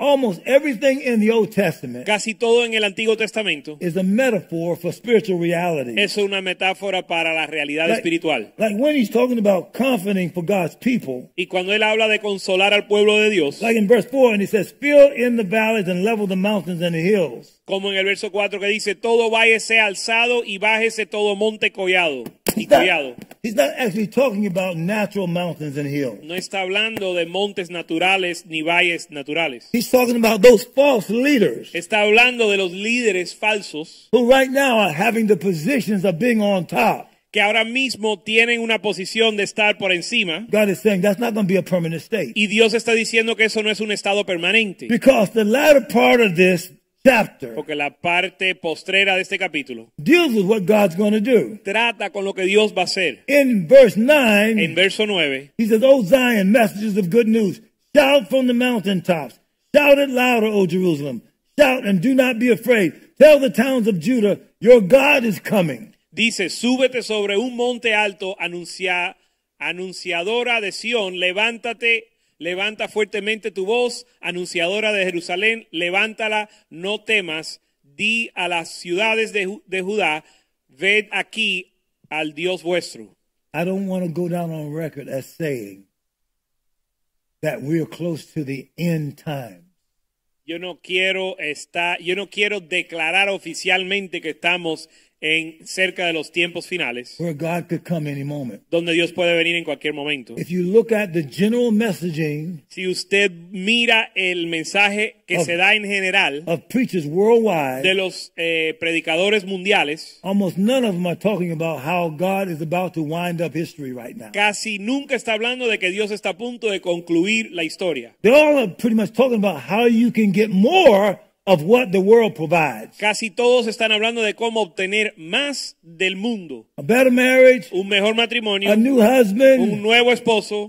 S3: Almost everything in the Old Testament
S2: Casi todo en el Antiguo Testamento
S3: is a metaphor for spiritual reality.
S2: es una metáfora para la realidad
S3: Like-
S2: espiritual.
S3: Like when he's talking about comforting for God's people,
S2: Y cuando él habla de consolar al pueblo de Dios,
S3: like in verse 4, and he says, Fill in the valleys and level the mountains and the hills.
S2: como en el verso 4 que dice, todo valle sea alzado y bájese todo monte collado y
S3: He's not-
S2: collado.
S3: he's not actually talking about natural mountains and hills.
S2: No está hablando de montes naturales ni valles naturales.
S3: He's talking about those false leaders
S2: Está hablando de los líderes falsos
S3: who right now are having the positions of being on top.
S2: que ahora mismo tienen una posición de estar por encima
S3: God is saying that's not going to be a permanent state.
S2: y Dios está diciendo que eso no es un estado permanente.
S3: Because the latter part of this chapter
S2: Porque la parte postrera de este capítulo
S3: deals with what God's going to do.
S2: trata con lo que Dios va a hacer.
S3: In verse
S2: En
S3: 9,
S2: verso 9,
S3: he says, O Zion, messages of good news, shout from the mountaintops. Shout it louder, O Jerusalem. Shout and do not be afraid. Tell the towns of Judah, your God is coming.
S2: dice, súbete sobre un monte alto, anuncia, anunciadora de Sión, levántate, levanta fuertemente tu voz, anunciadora de Jerusalén, levántala, no temas, di a las ciudades de, Ju- de Judá, ved aquí al Dios vuestro.
S3: I don't want to go down on record as saying that we are close to the end time.
S2: Yo no quiero estar, yo no quiero declarar oficialmente que estamos en cerca de los tiempos finales,
S3: where God could come any moment.
S2: donde Dios puede venir en cualquier momento.
S3: If you look at the general messaging
S2: Si usted mira el mensaje que
S3: Oh.
S2: se da en general
S3: of preachers worldwide,
S2: de los eh, predicadores mundiales,
S3: almost none of them are talking about how God is about to wind up history right now.
S2: casi nunca está hablando de que Dios está a punto de concluir la historia.
S3: They all are pretty much talking about how you can get more of what the world provides
S2: Casi todos están hablando de cómo obtener más del mundo,
S3: a better marriage,
S2: un mejor
S3: a
S2: matrimonio,
S3: new
S2: un
S3: husband,
S2: nuevo esposo,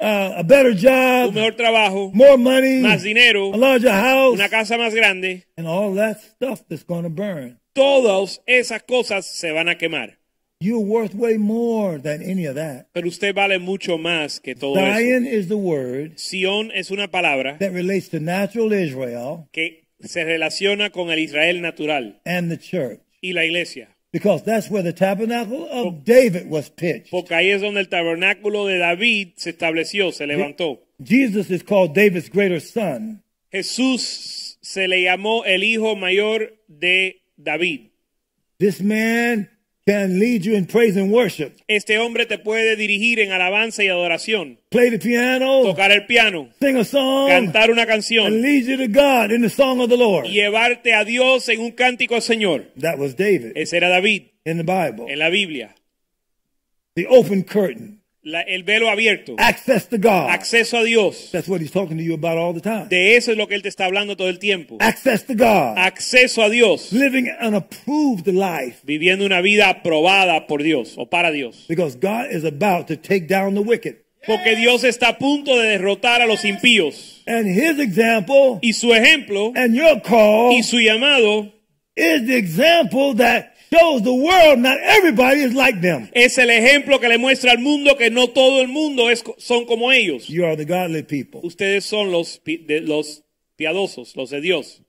S3: uh, a better
S2: un
S3: job,
S2: mejor trabajo,
S3: more money,
S2: más dinero,
S3: a larger house,
S2: una casa más grande.
S3: and all that stuff that's going to burn.
S2: Todas esas cosas se van a quemar,
S3: You're worth way more than any of that.
S2: pero usted vale mucho más que todo eso.
S3: Zion is the word
S2: Sión es una palabra
S3: that relates to natural Israel
S2: que se relaciona con el Israel natural
S3: and the church
S2: y la iglesia.
S3: because that's where the tabernacle of David was pitched.
S2: Porque ahí es donde el tabernáculo de David se estableció, se levantó.
S3: Jesus is called David's greater son.
S2: Jesús se le llamó el hijo mayor de David.
S3: This man can lead you in praise and worship,
S2: Este hombre te puede dirigir en alabanza y adoración,
S3: play the piano,
S2: tocar el piano,
S3: sing a song,
S2: cantar una
S3: and
S2: canción,
S3: lead you to God in the song of the Lord.
S2: llevarte a Dios en un cántico al Señor.
S3: That was David
S2: Ese era David
S3: in the Bible.
S2: en la Biblia.
S3: The open curtain,
S2: La- el velo abierto,
S3: access to God.
S2: acceso a Dios.
S3: That's what he's talking to you about all the time.
S2: De eso es lo que él te está hablando todo el tiempo.
S3: Access to God.
S2: Acceso a Dios.
S3: Living an approved life
S2: viviendo una vida aprobada por Dios o para Dios.
S3: because God is about to take down the wicked.
S2: Porque Dios está a punto de derrotar a los impíos.
S3: And his example
S2: Y su ejemplo
S3: and your call
S2: y su llamado
S3: is the example that shows the world not everybody is like them.
S2: es el ejemplo que le muestra al mundo que no todo el mundo es, son como ellos.
S3: You are the godly people.
S2: Ustedes son los, pi- de- los piadosos, los de Dios.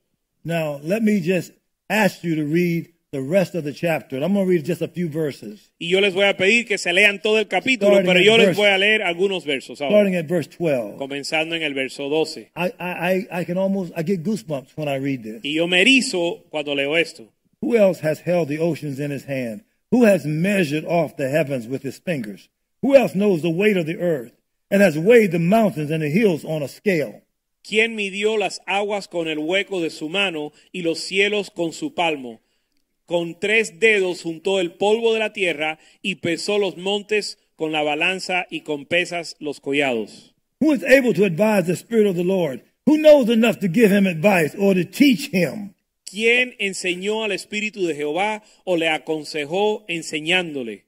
S3: Now, let me just ask you to read the rest of the chapter. And I'm going to read just a few verses,
S2: Y yo les voy a pedir que se lean todo el capítulo,
S3: Starting
S2: pero
S3: at
S2: yo les
S3: verse-
S2: voy a leer algunos versos ahora,
S3: starting at verse 12.
S2: comenzando en el verso 12.
S3: I, I, I- I can almost, I get goosebumps when I read this.
S2: Y yo me erizo cuando leo esto.
S3: Who else has held the oceans in his hand? Who has measured off the heavens with his fingers? Who else knows the weight of the earth and has weighed the mountains and the hills on a scale?
S2: ¿Quién midió las aguas con el hueco de su mano y los cielos con su palmo? Con tres dedos juntó el polvo de la tierra y pesó los montes con la balanza y con pesas los collados.
S3: Who is able to advise the Spirit of the Lord? Who knows enough to give him advice or to teach him?
S2: ¿Quién enseñó al Espíritu de Jehová o le aconsejó enseñándole?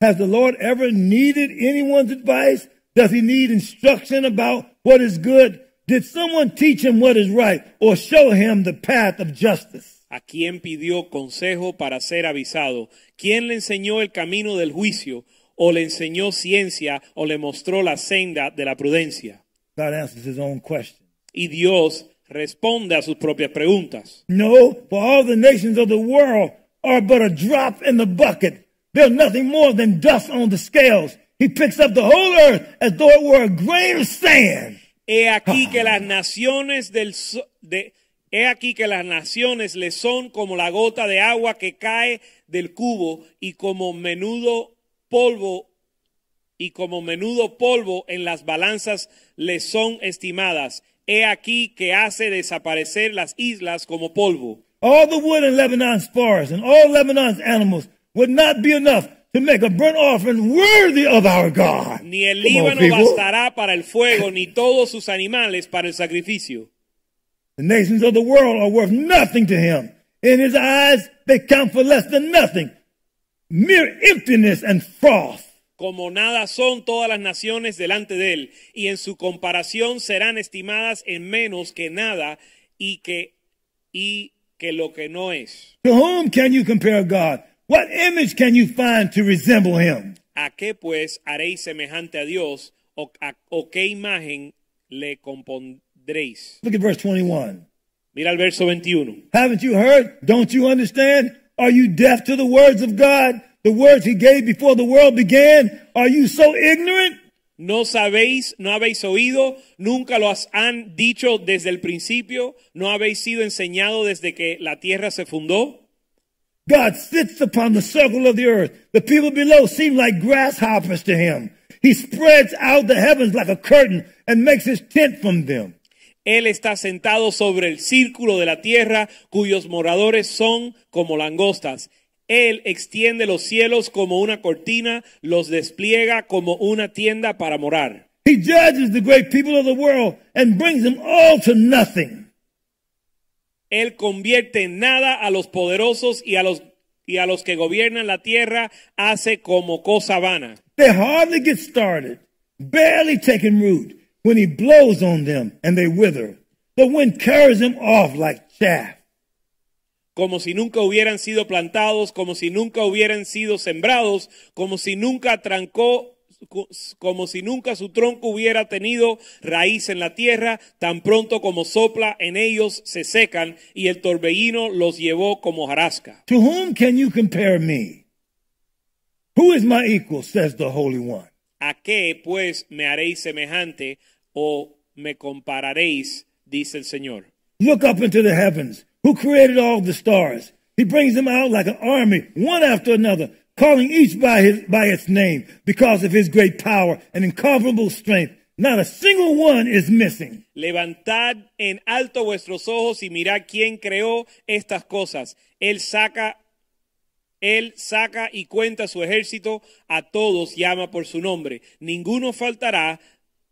S3: Has the Lord ever needed anyone's advice? Does he need instruction about what is good? Did someone teach him what is right or show him the path of justice?
S2: ¿A quién pidió consejo para ser avisado? ¿Quién le enseñó el camino del juicio o le enseñó ciencia o le mostró la senda de la prudencia?
S3: God answers his own question.
S2: Y Dios responde a sus propias preguntas.
S3: No, for all the nations of the world are but a drop in the bucket. They're nothing more than dust on the scales. He picks up the whole earth as though it were a grain of sand.
S2: He aquí que las naciones del so- de- he aquí que las naciones le son como la gota de agua que cae del cubo y como menudo polvo y como menudo polvo en las balanzas le son estimadas. He aquí que hace desaparecer las islas como polvo.
S3: All the wood in Lebanon's forest and all Lebanon's animals would not be enough to make a burnt offering worthy of our God.
S2: Ni el
S3: Come on,
S2: Líbano
S3: people.
S2: bastará para el fuego, ni todos sus animales para el sacrificio.
S3: The nations of the world are worth nothing to him. In his eyes, they count for less than nothing. Mere emptiness and froth.
S2: Como nada son todas las naciones delante de él, y en su comparación serán estimadas en menos que nada y que, y que lo que no es.
S3: To whom can you compare God? What image can you find to resemble him?
S2: ¿A qué pues haréis semejante a Dios o, a- o qué imagen le compondréis?
S3: Look at verse 21.
S2: Mira el verso 21.
S3: Haven't you heard? Don't you understand? Are you deaf to the words of God? The words he gave before the world began? Are you so ignorant?
S2: No sabéis, no habéis oído, nunca lo has- han dicho desde el principio, no habéis sido enseñado desde que la tierra se fundó.
S3: God sits upon the circle of the earth. The people below seem like grasshoppers to him. He spreads out the heavens like a curtain and makes his tent from them.
S2: Él está sentado sobre el círculo de la tierra, cuyos moradores son como langostas. Él extiende los cielos como una cortina, los despliega como una tienda para morar.
S3: He judges the great people of the world and brings them all to nothing.
S2: Él convierte en nada a los poderosos y a los, y a los que gobiernan la tierra, hace como cosa vana.
S3: They hardly get started, barely taking root when he blows on them and they wither. The wind carries them off like chaff.
S2: como si nunca hubieran sido plantados, como si nunca hubieran sido sembrados, como si nunca trancó, como si nunca su tronco hubiera tenido raíz en la tierra, tan pronto como sopla en ellos se secan y el torbellino los llevó como jarasca.
S3: To whom can you compare me? Who is my equal, says the Holy One?
S2: ¿A qué pues me haréis semejante o me compararéis? dice el Señor.
S3: Look up into the heavens. Who created all the stars? He brings them out like an army, one after another, calling each by, his, by its name because of his great power and incomparable strength. Not a single one is missing.
S2: Levantad en alto vuestros ojos y mirad quién creó estas cosas. Él saca, él saca y cuenta su ejército, a todos llama por su nombre. Ninguno faltará,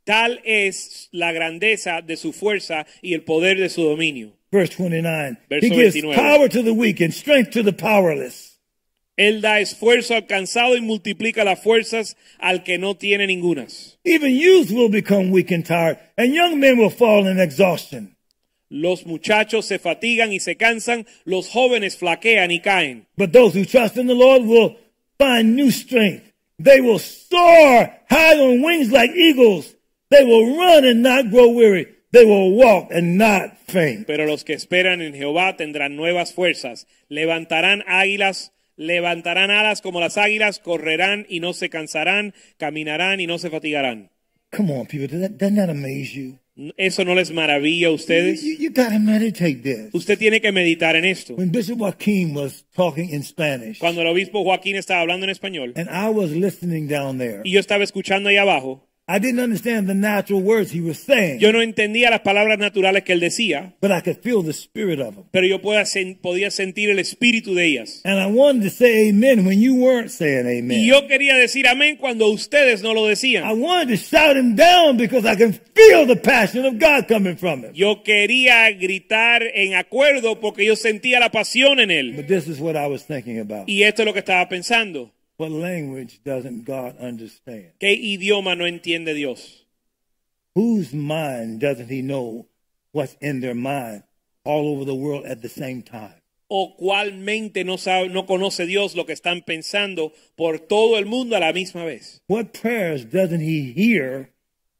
S2: tal es la grandeza de su fuerza y el poder de su dominio.
S3: Verse 29.
S2: Verso
S3: he gives
S2: 29.
S3: power to the weak and strength to the powerless.
S2: Él da esfuerzo alcanzado y multiplica las fuerzas al que no tiene ningunas.
S3: Even youth will become weak and tired, and young men will fall in exhaustion.
S2: Los muchachos se fatigan y se cansan, los jóvenes flaquean y caen.
S3: But those who trust in the Lord will find new strength. They will soar high on wings like eagles. They will run and not grow weary. They will walk and not faint.
S2: Pero los que esperan en Jehová tendrán nuevas fuerzas, levantarán águilas, levantarán alas como las águilas, correrán y no se cansarán, caminarán y no se fatigarán.
S3: Come on, people. Doesn't that, doesn't that amaze you?
S2: ¿Eso no les maravilla a
S3: You,
S2: ustedes?
S3: you- you gotta meditate this.
S2: Usted tiene que meditar en esto.
S3: When Bishop Joaquin was talking in Spanish,
S2: Cuando el obispo Joaquín estaba hablando en español
S3: and I was listening down there,
S2: y yo estaba escuchando ahí abajo,
S3: I didn't understand the natural words he was saying,
S2: yo no entendía las palabras naturales que él decía,
S3: but I could feel the spirit of him.
S2: pero yo podía, sen- podía sentir el espíritu de ellas.
S3: And I wanted to say amen when you weren't saying amen.
S2: Y yo quería decir amén cuando ustedes no lo
S3: I
S2: decían.
S3: wanted to shout him down because I can feel the passion of God coming from him.
S2: Yo quería gritar en acuerdo porque yo sentía la pasión en él.
S3: But this is what I was thinking about.
S2: Y esto es lo que estaba pensando.
S3: What language doesn't God understand?
S2: ¿Qué idioma no entiende Dios?
S3: Whose mind doesn't he know what's in their mind all over the world at the same time?
S2: ¿O cuál mente no, sabe, no conoce Dios lo que están pensando por todo el mundo a la misma vez?
S3: What prayers doesn't he hear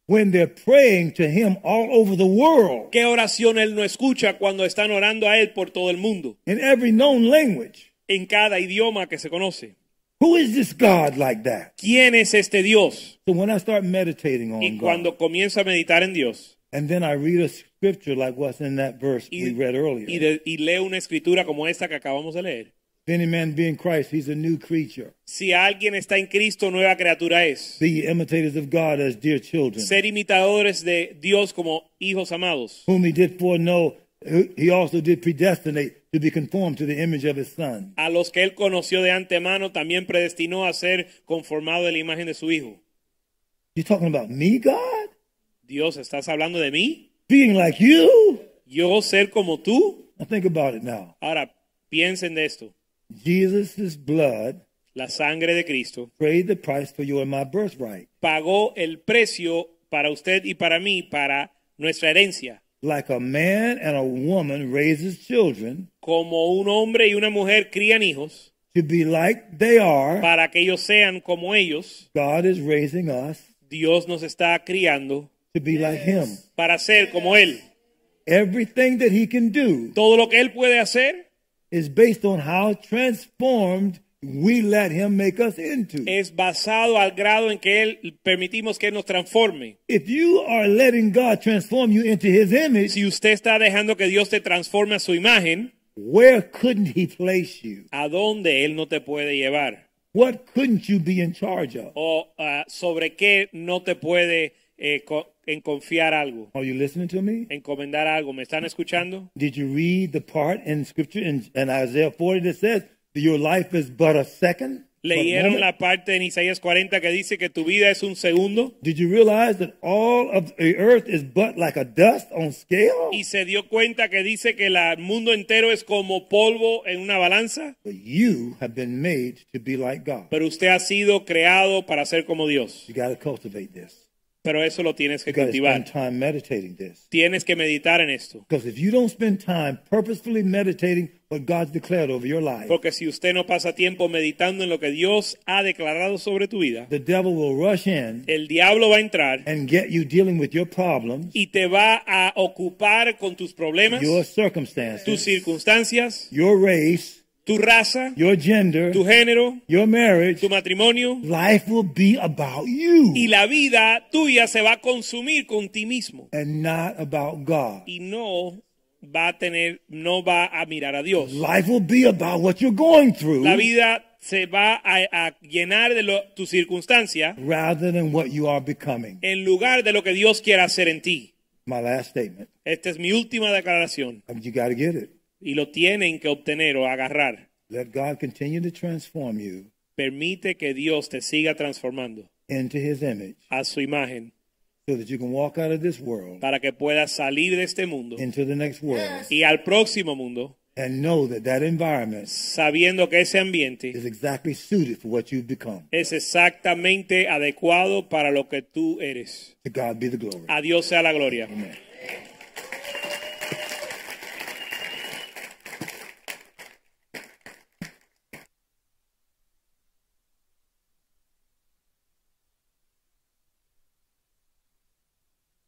S3: when they're praying to him all over the world
S2: ¿Qué oración él no escucha cuando están orando a él por todo el mundo?
S3: in every known language.
S2: En cada idioma que se conoce.
S3: Who is this God like that?
S2: ¿Quién es este Dios?
S3: So when I start meditating
S2: Y
S3: on Oh, God,
S2: cuando comienza a meditar en Dios
S3: and then I read a scripture like what's in that verse
S2: y,
S3: we read
S2: y
S3: earlier,
S2: de- y lee una escritura como esta que acabamos de leer.
S3: if any man be in Christ, he's a new creature.
S2: Si alguien está en Cristo, nueva criatura es.
S3: Be ye imitators of God as dear children,
S2: Ser imitadores de Dios como hijos amados,
S3: whom he did foreknow, who he also did predestinate to be conformed to the image of his Son.
S2: a los que él conoció de antemano, también predestinó a ser conformado de la imagen de su Hijo.
S3: You're talking about me, God?
S2: Dios, ¿estás hablando de mí?
S3: Being like you?
S2: ¿Yo ser como tú?
S3: Now think about it now.
S2: Ahora, piensen de esto.
S3: Jesus' blood
S2: La sangre de Cristo
S3: paid the price for you and my birthright.
S2: pagó el precio para usted y para mí, para nuestra herencia.
S3: Like a man and a woman raises children
S2: Como un hombre y una mujer crían hijos,
S3: to be like they are,
S2: para que ellos sean como ellos,
S3: God is raising us
S2: Dios nos está criando
S3: to be like him.
S2: para ser como Él.
S3: Everything that he can do
S2: Todo lo que Él puede hacer
S3: is based on how transformed we let him make us into.
S2: es basado al grado en que Él permitimos que Él nos transforme.
S3: If you are letting God transform you into his image,
S2: Si usted está dejando que Dios te transforme a su imagen,
S3: where couldn't he place you?
S2: ¿a dónde Él no te puede llevar?
S3: What couldn't you be in charge of?
S2: ¿O ah, sobre qué no te puede eh, co- en confiar algo?
S3: Are you listening to me?
S2: encomendar algo. ¿Me están escuchando?
S3: Did you read the part in scripture in, in Isaiah 40 that says that your life is but a second? but
S2: ¿Leyeron
S3: moment"?
S2: la parte en Isaías 40 que dice que tu vida es un segundo?
S3: Did you realize that all of the earth is but like a dust on scale?
S2: Y se dio cuenta que dice que la- el mundo entero es como polvo en una balanza,
S3: But you have been made to be like God.
S2: pero usted ha sido creado para ser como Dios.
S3: You got to cultivate this.
S2: Pero eso lo tienes que
S3: You got to spend
S2: cultivar.
S3: time meditating this.
S2: Tienes que meditar en esto.
S3: Because if you don't spend time purposefully meditating what God's declared over your life,
S2: Porque si usted no pasa tiempo meditando en lo que Dios ha declarado sobre tu vida,
S3: the devil will rush in
S2: el diablo va a entrar
S3: and get you dealing with your problems,
S2: y te va a ocupar con tus problemas,
S3: your
S2: tus
S3: circumstances,
S2: circunstancias,
S3: your race,
S2: tu raza,
S3: your gender,
S2: tu género,
S3: your marriage.
S2: tu matrimonio
S3: Life will be about you
S2: y la vida tuya se va a consumir con ti mismo
S3: and not about God.
S2: y no va a tener, no va a mirar a Dios.
S3: Life will be about what you're going through
S2: La vida se va a, a llenar de lo- tu circunstancia
S3: rather than what you are becoming.
S2: en lugar de lo que Dios quiera hacer en ti.
S3: My last statement.
S2: Esta es mi última declaración
S3: I mean, You got to get it.
S2: y lo tienen que obtener o agarrar.
S3: Let God continue to transform you
S2: Permite que Dios te siga transformando
S3: into his image
S2: a su imagen
S3: so that you can walk out of this world
S2: para que puedas salir de este mundo
S3: into the next world
S2: y al próximo mundo
S3: and know that that environment
S2: sabiendo que ese ambiente
S3: is exactly suited for what you've become.
S2: es exactamente adecuado para lo que tú eres.
S3: To God be the glory.
S2: A Dios sea la gloria.
S3: Amen.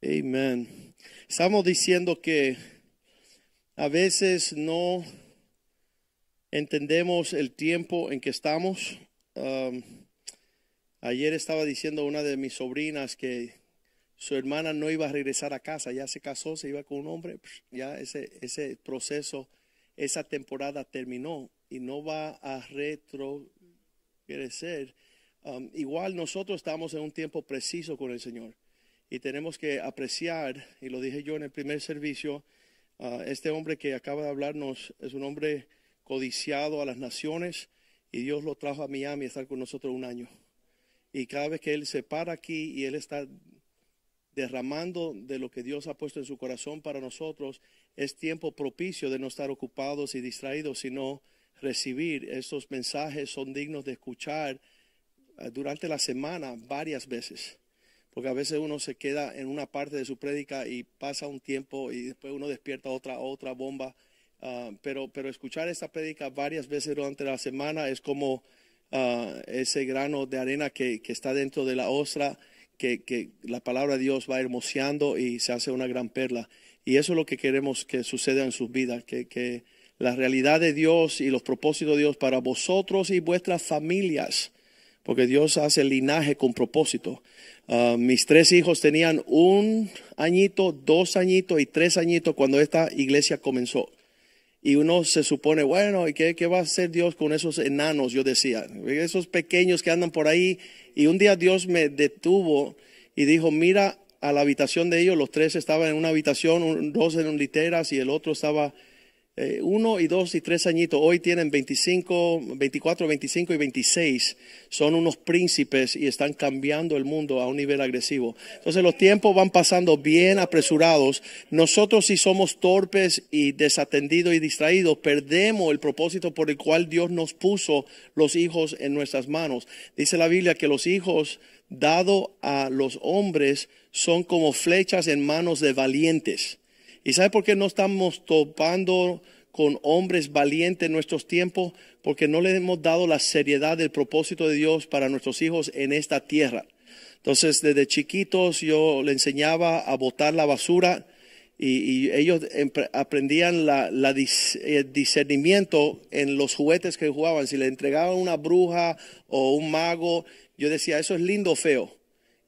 S4: Amén. Estamos diciendo que a veces no entendemos el tiempo en que estamos. Um, ayer estaba diciendo a una de mis sobrinas que su hermana no iba a regresar a casa, ya se casó, se iba con un hombre, psh, ya ese, ese proceso, esa temporada terminó y no va a retroceder. Um, igual nosotros estamos en un tiempo preciso con el Señor y tenemos que apreciar, y lo dije yo en el primer servicio, ah, este hombre que acaba de hablarnos es un hombre codiciado a las naciones y Dios lo trajo a Miami a estar con nosotros un año. Y cada vez que él se para aquí y él está derramando de lo que Dios ha puesto en su corazón para nosotros, es tiempo propicio de no estar ocupados y distraídos, sino recibir estos mensajes son dignos de escuchar eh, durante la semana varias veces. Porque a veces uno se queda en una parte de su prédica y pasa un tiempo y después uno despierta otra, otra bomba. Ah, pero, pero escuchar esta prédica varias veces durante la semana es como ah, ese grano de arena que, que está dentro de la ostra que, que la palabra de Dios va hermoseando y se hace una gran perla. Y eso es lo que queremos que suceda en sus vidas, que, que la realidad de Dios y los propósitos de Dios para vosotros y vuestras familias, porque Dios hace linaje con propósito. Ah, mis tres hijos tenían un añito, dos añitos y tres añitos cuando esta iglesia comenzó. Y uno se supone, bueno, ¿y qué, qué va a hacer Dios con esos enanos? Yo decía, esos pequeños que andan por ahí. Y un día Dios me detuvo y dijo, mira a la habitación de ellos, los tres estaban en una habitación, un- dos en literas y el otro estaba eh, uno y dos y tres añitos. Hoy tienen 25, 24, 25 y 26. Son unos príncipes y están cambiando el mundo a un nivel agresivo. Entonces los tiempos van pasando bien apresurados. Nosotros si somos torpes y desatendidos y distraídos, perdemos el propósito por el cual Dios nos puso los hijos en nuestras manos. Dice la Biblia que los hijos dado a los hombres son como flechas en manos de valientes. ¿Y sabe por qué no estamos topando con hombres valientes en nuestros tiempos? Porque no le hemos dado la seriedad del propósito de Dios para nuestros hijos en esta tierra. Entonces, desde chiquitos yo le enseñaba a botar la basura y, y ellos empre- aprendían la, la dis- eh, discernimiento en los juguetes que jugaban. Si le entregaban una bruja o un mago, yo decía, eso es lindo o feo.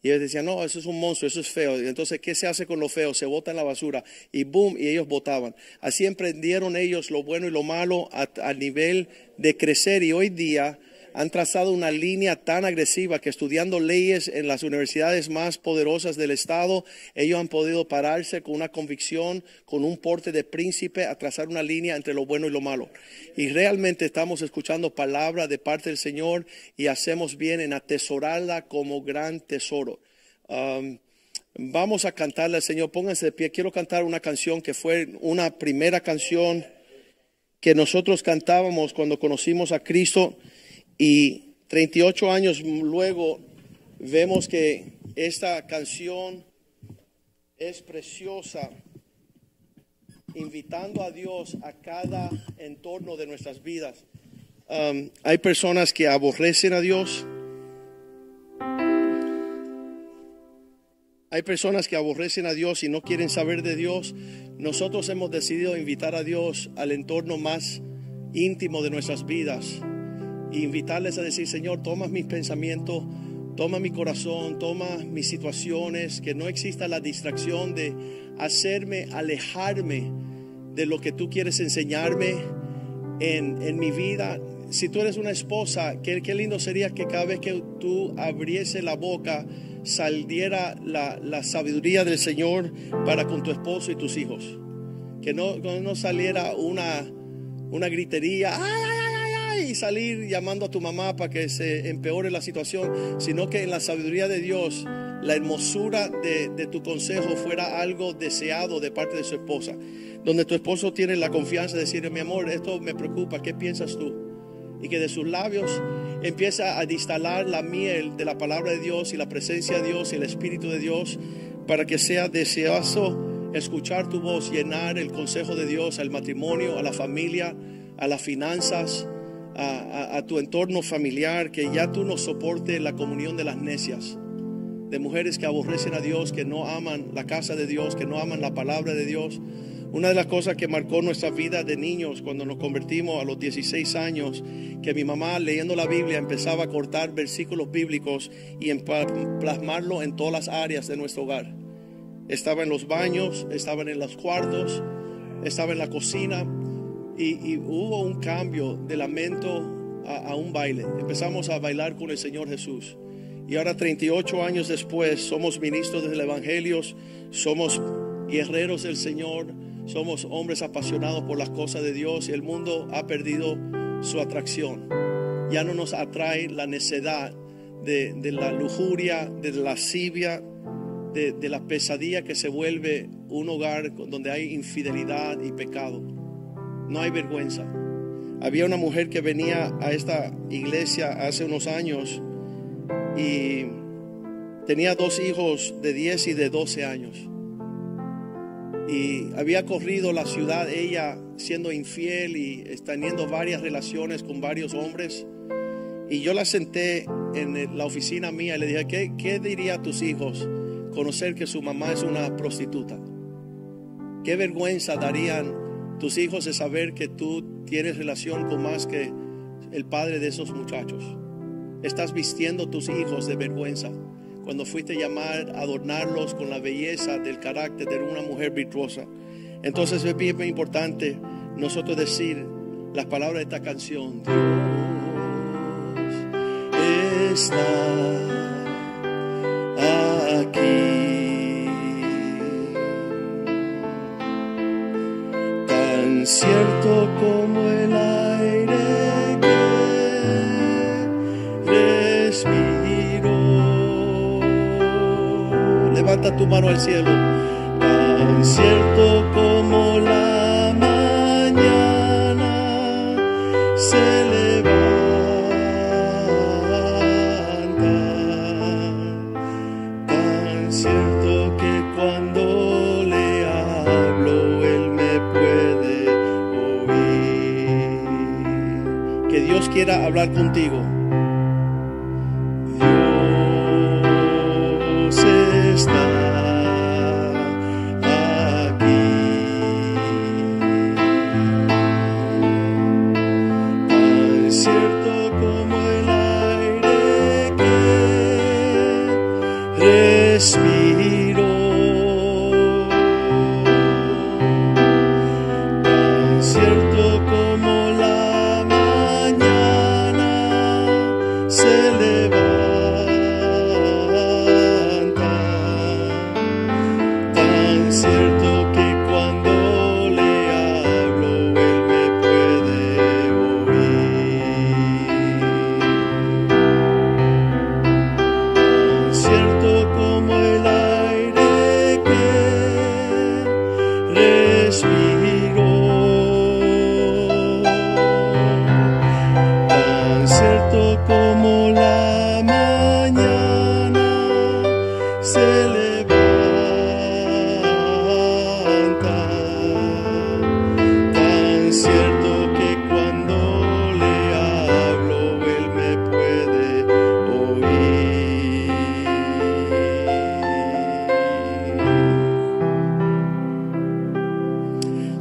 S4: Y ellos decían, no, eso es un monstruo, eso es feo. Y entonces, ¿qué se hace con lo feo? Se bota en la basura. Y boom, y ellos botaban. Así emprendieron ellos lo bueno y lo malo a, a nivel de crecer. Y hoy día han trazado una línea tan agresiva que estudiando leyes en las universidades más poderosas del Estado, ellos han podido pararse con una convicción, con un porte de príncipe, a trazar una línea entre lo bueno y lo malo. Y realmente estamos escuchando palabra de parte del Señor y hacemos bien en atesorarla como gran tesoro. Um, vamos a cantarle al Señor. Pónganse de pie. Quiero cantar una canción que fue una primera canción que nosotros cantábamos cuando conocimos a Cristo y 38 años luego vemos que esta canción es preciosa, invitando a Dios a cada entorno de nuestras vidas. Um, hay personas que aborrecen a Dios. Hay personas que aborrecen a Dios y no quieren saber de Dios. Nosotros hemos decidido invitar a Dios al entorno más íntimo de nuestras vidas. E invitarles a decir, Señor, toma mis pensamientos, toma mi corazón, toma mis situaciones, que no exista la distracción de hacerme alejarme de lo que tú quieres enseñarme, en, en mi vida. Si tú eres una esposa, qué, qué lindo sería que cada vez que tú abriese la boca saliera la, la sabiduría del Señor para con tu esposo y tus hijos. Que no, no- no saliera una, una gritería ¡ay, ay, ay, ay, ay! y salir llamando a tu mamá para que se empeore la situación, sino que en la sabiduría de Dios la hermosura de, de tu consejo fuera algo deseado de parte de su esposa. Donde tu esposo tiene la confianza de decir, mi amor, esto me preocupa, ¿qué piensas tú? y que de sus labios empieza a distalar la miel de la palabra de Dios y la presencia de Dios y el Espíritu de Dios para que sea deseoso escuchar tu voz, llenar el consejo de Dios al matrimonio, a la familia, a las finanzas, a, a- a tu entorno familiar, que ya tú no soportes la comunión de las necias de mujeres que aborrecen a Dios, que no aman la casa de Dios, que no aman la palabra de Dios. Una de las cosas que marcó nuestra vida de niños cuando nos convertimos a los 16 años, que mi mamá leyendo la Biblia empezaba a cortar versículos bíblicos y en- plasmarlo en todas las áreas de nuestro hogar. Estaba en los baños, estaban en los cuartos, estaba en la cocina y, y hubo un cambio de lamento a, a un baile. Empezamos a bailar con el Señor Jesús. Y ahora 38 años después somos ministros del Evangelio, somos guerreros del Señor, somos hombres apasionados por las cosas de Dios y el mundo ha perdido su atracción. Ya no nos atrae la necedad de, de la lujuria, de la lascivia, de, de la pesadilla que se vuelve un hogar donde hay infidelidad y pecado. No hay vergüenza. Había una mujer que venía a esta iglesia hace unos años y tenía dos hijos de 10 y de 12 años. Y había corrido la ciudad ella siendo infiel y teniendo varias relaciones con varios hombres. Y yo la senté en el- la oficina mía y le dije, ¿qué, ¿qué diría a tus hijos conocer que su mamá es una prostituta? ¿Qué vergüenza darían tus hijos de saber que tú tienes relación con más que el padre de esos muchachos? Estás vistiendo a tus hijos de vergüenza cuando fuiste llamar a adornarlos con la belleza del carácter de una mujer virtuosa. Entonces es bien, bien importante nosotros decir las palabras de esta canción. Dios está aquí tan cierto como el aire que respiro. Levanta tu mano al cielo, tan cierto como la mañana se levanta tan cierto que cuando le hablo él me puede oír. Que Dios quiera hablar contigo. Dios está aquí tan cierto como el aire que respiro, tan cierto como la mañana se levanta tan cierto que cuando le hablo él me puede oír. Tan cierto como el aire que respiro tan cierto como la mañana se levanta, tan cierto que cuando le hablo él me puede oír.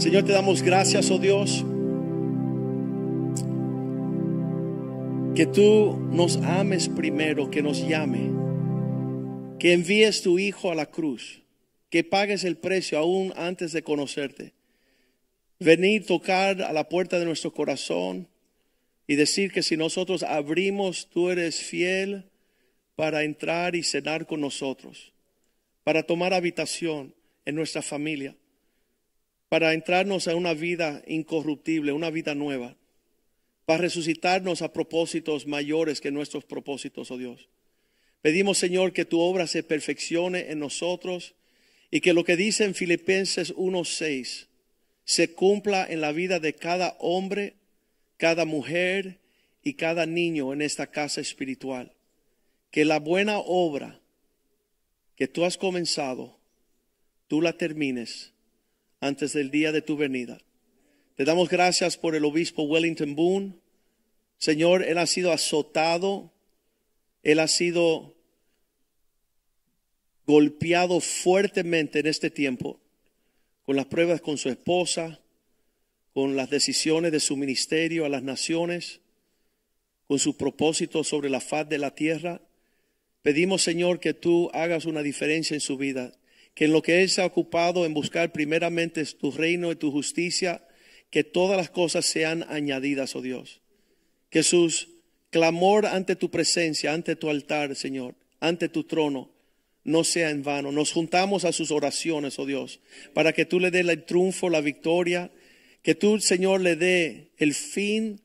S4: Señor, te damos gracias, oh Dios. que tú nos ames primero, que nos llame, que envíes tu Hijo a la cruz, que pagues el precio aún antes de conocerte. Venir, tocar a la puerta de nuestro corazón y decir que si nosotros abrimos, tú eres fiel para entrar y cenar con nosotros, para tomar habitación en nuestra familia, para entrarnos a una vida incorruptible, una vida nueva para resucitarnos a propósitos mayores que nuestros propósitos, oh Dios. Pedimos, Señor, que tu obra se perfeccione en nosotros y que lo que dice en Filipenses 1.6 se cumpla en la vida de cada hombre, cada mujer y cada niño en esta casa espiritual. Que la buena obra que tú has comenzado, tú la termines antes del día de tu venida. Te damos gracias por el obispo Wellington Boone. Señor, él ha sido azotado, él ha sido golpeado fuertemente en este tiempo con las pruebas con su esposa, con las decisiones de su ministerio a las naciones, con su propósito sobre la faz de la tierra. Pedimos, Señor, que tú hagas una diferencia en su vida, que en lo que Él se ha ocupado en buscar primeramente es tu reino y tu justicia, que todas las cosas sean añadidas, oh Dios. Que su clamor ante tu presencia, ante tu altar, Señor, ante tu trono, no sea en vano. Nos juntamos a sus oraciones, oh Dios, para que tú le des el triunfo, la victoria, que tú, Señor, le dé el fin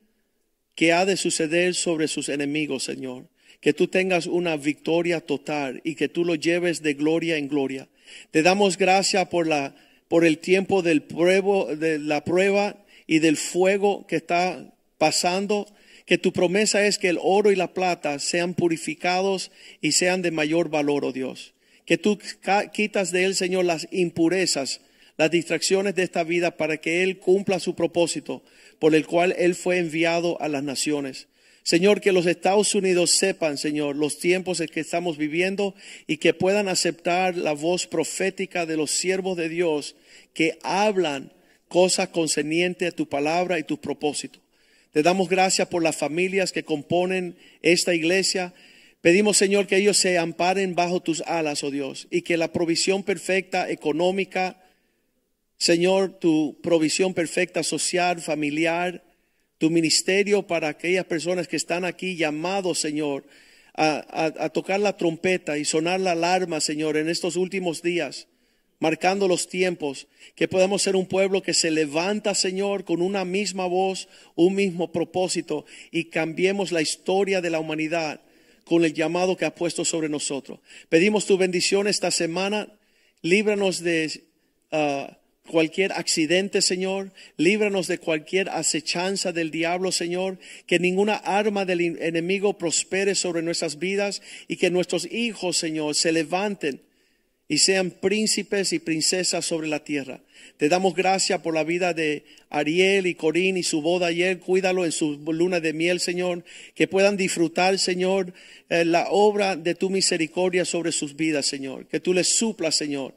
S4: que ha de suceder sobre sus enemigos, Señor. Que tú tengas una victoria total y que tú lo lleves de gloria en gloria. Te damos gracias por la por el tiempo del pruebo, de la prueba y del fuego que está pasando. Que tu promesa es que el oro y la plata sean purificados y sean de mayor valor, oh Dios. Que tú ca- quitas de él, Señor, las impurezas, las distracciones de esta vida para que Él cumpla su propósito por el cual Él fue enviado a las naciones. Señor, que los Estados Unidos sepan, Señor, los tiempos en que estamos viviendo y que puedan aceptar la voz profética de los siervos de Dios que hablan cosas concernientes a tu palabra y tus propósitos. Te damos gracias por las familias que componen esta iglesia. Pedimos, Señor, que ellos se amparen bajo tus alas, oh Dios, y que la provisión perfecta económica, Señor, tu provisión perfecta social, familiar, tu ministerio para aquellas personas que están aquí llamados, Señor, a, a- a tocar la trompeta y sonar la alarma, Señor, en estos últimos días, marcando los tiempos, que podamos ser un pueblo que se levanta, Señor, con una misma voz, un mismo propósito, y cambiemos la historia de la humanidad con el llamado que has puesto sobre nosotros. Pedimos tu bendición esta semana, líbranos de ah, cualquier accidente, Señor. Líbranos de cualquier acechanza del diablo, Señor. Que ninguna arma del in- enemigo prospere sobre nuestras vidas y que nuestros hijos, Señor, se levanten y sean príncipes y princesas sobre la tierra. Te damos gracias por la vida de Ariel y Corín y su boda ayer. Cuídalo en su luna de miel, Señor. Que puedan disfrutar, Señor, eh, la obra de tu misericordia sobre sus vidas, Señor. Que tú les suplas, Señor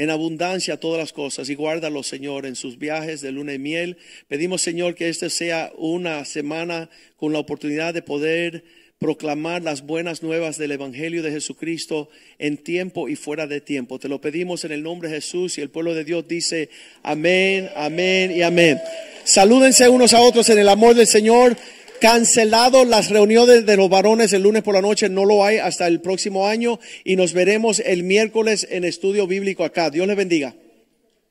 S4: en abundancia todas las cosas y guárdalo, Señor, en sus viajes de luna y miel. Pedimos, Señor, que esta sea una semana con la oportunidad de poder proclamar las buenas nuevas del Evangelio de Jesucristo en tiempo y fuera de tiempo. Te lo pedimos en el nombre de Jesús y el pueblo de Dios dice amén, amén y amén. Salúdense unos a otros en el amor del Señor. Cancelado las reuniones de los varones el lunes por la noche, no lo hay hasta el próximo año y nos veremos el miércoles en estudio bíblico acá. Dios les bendiga.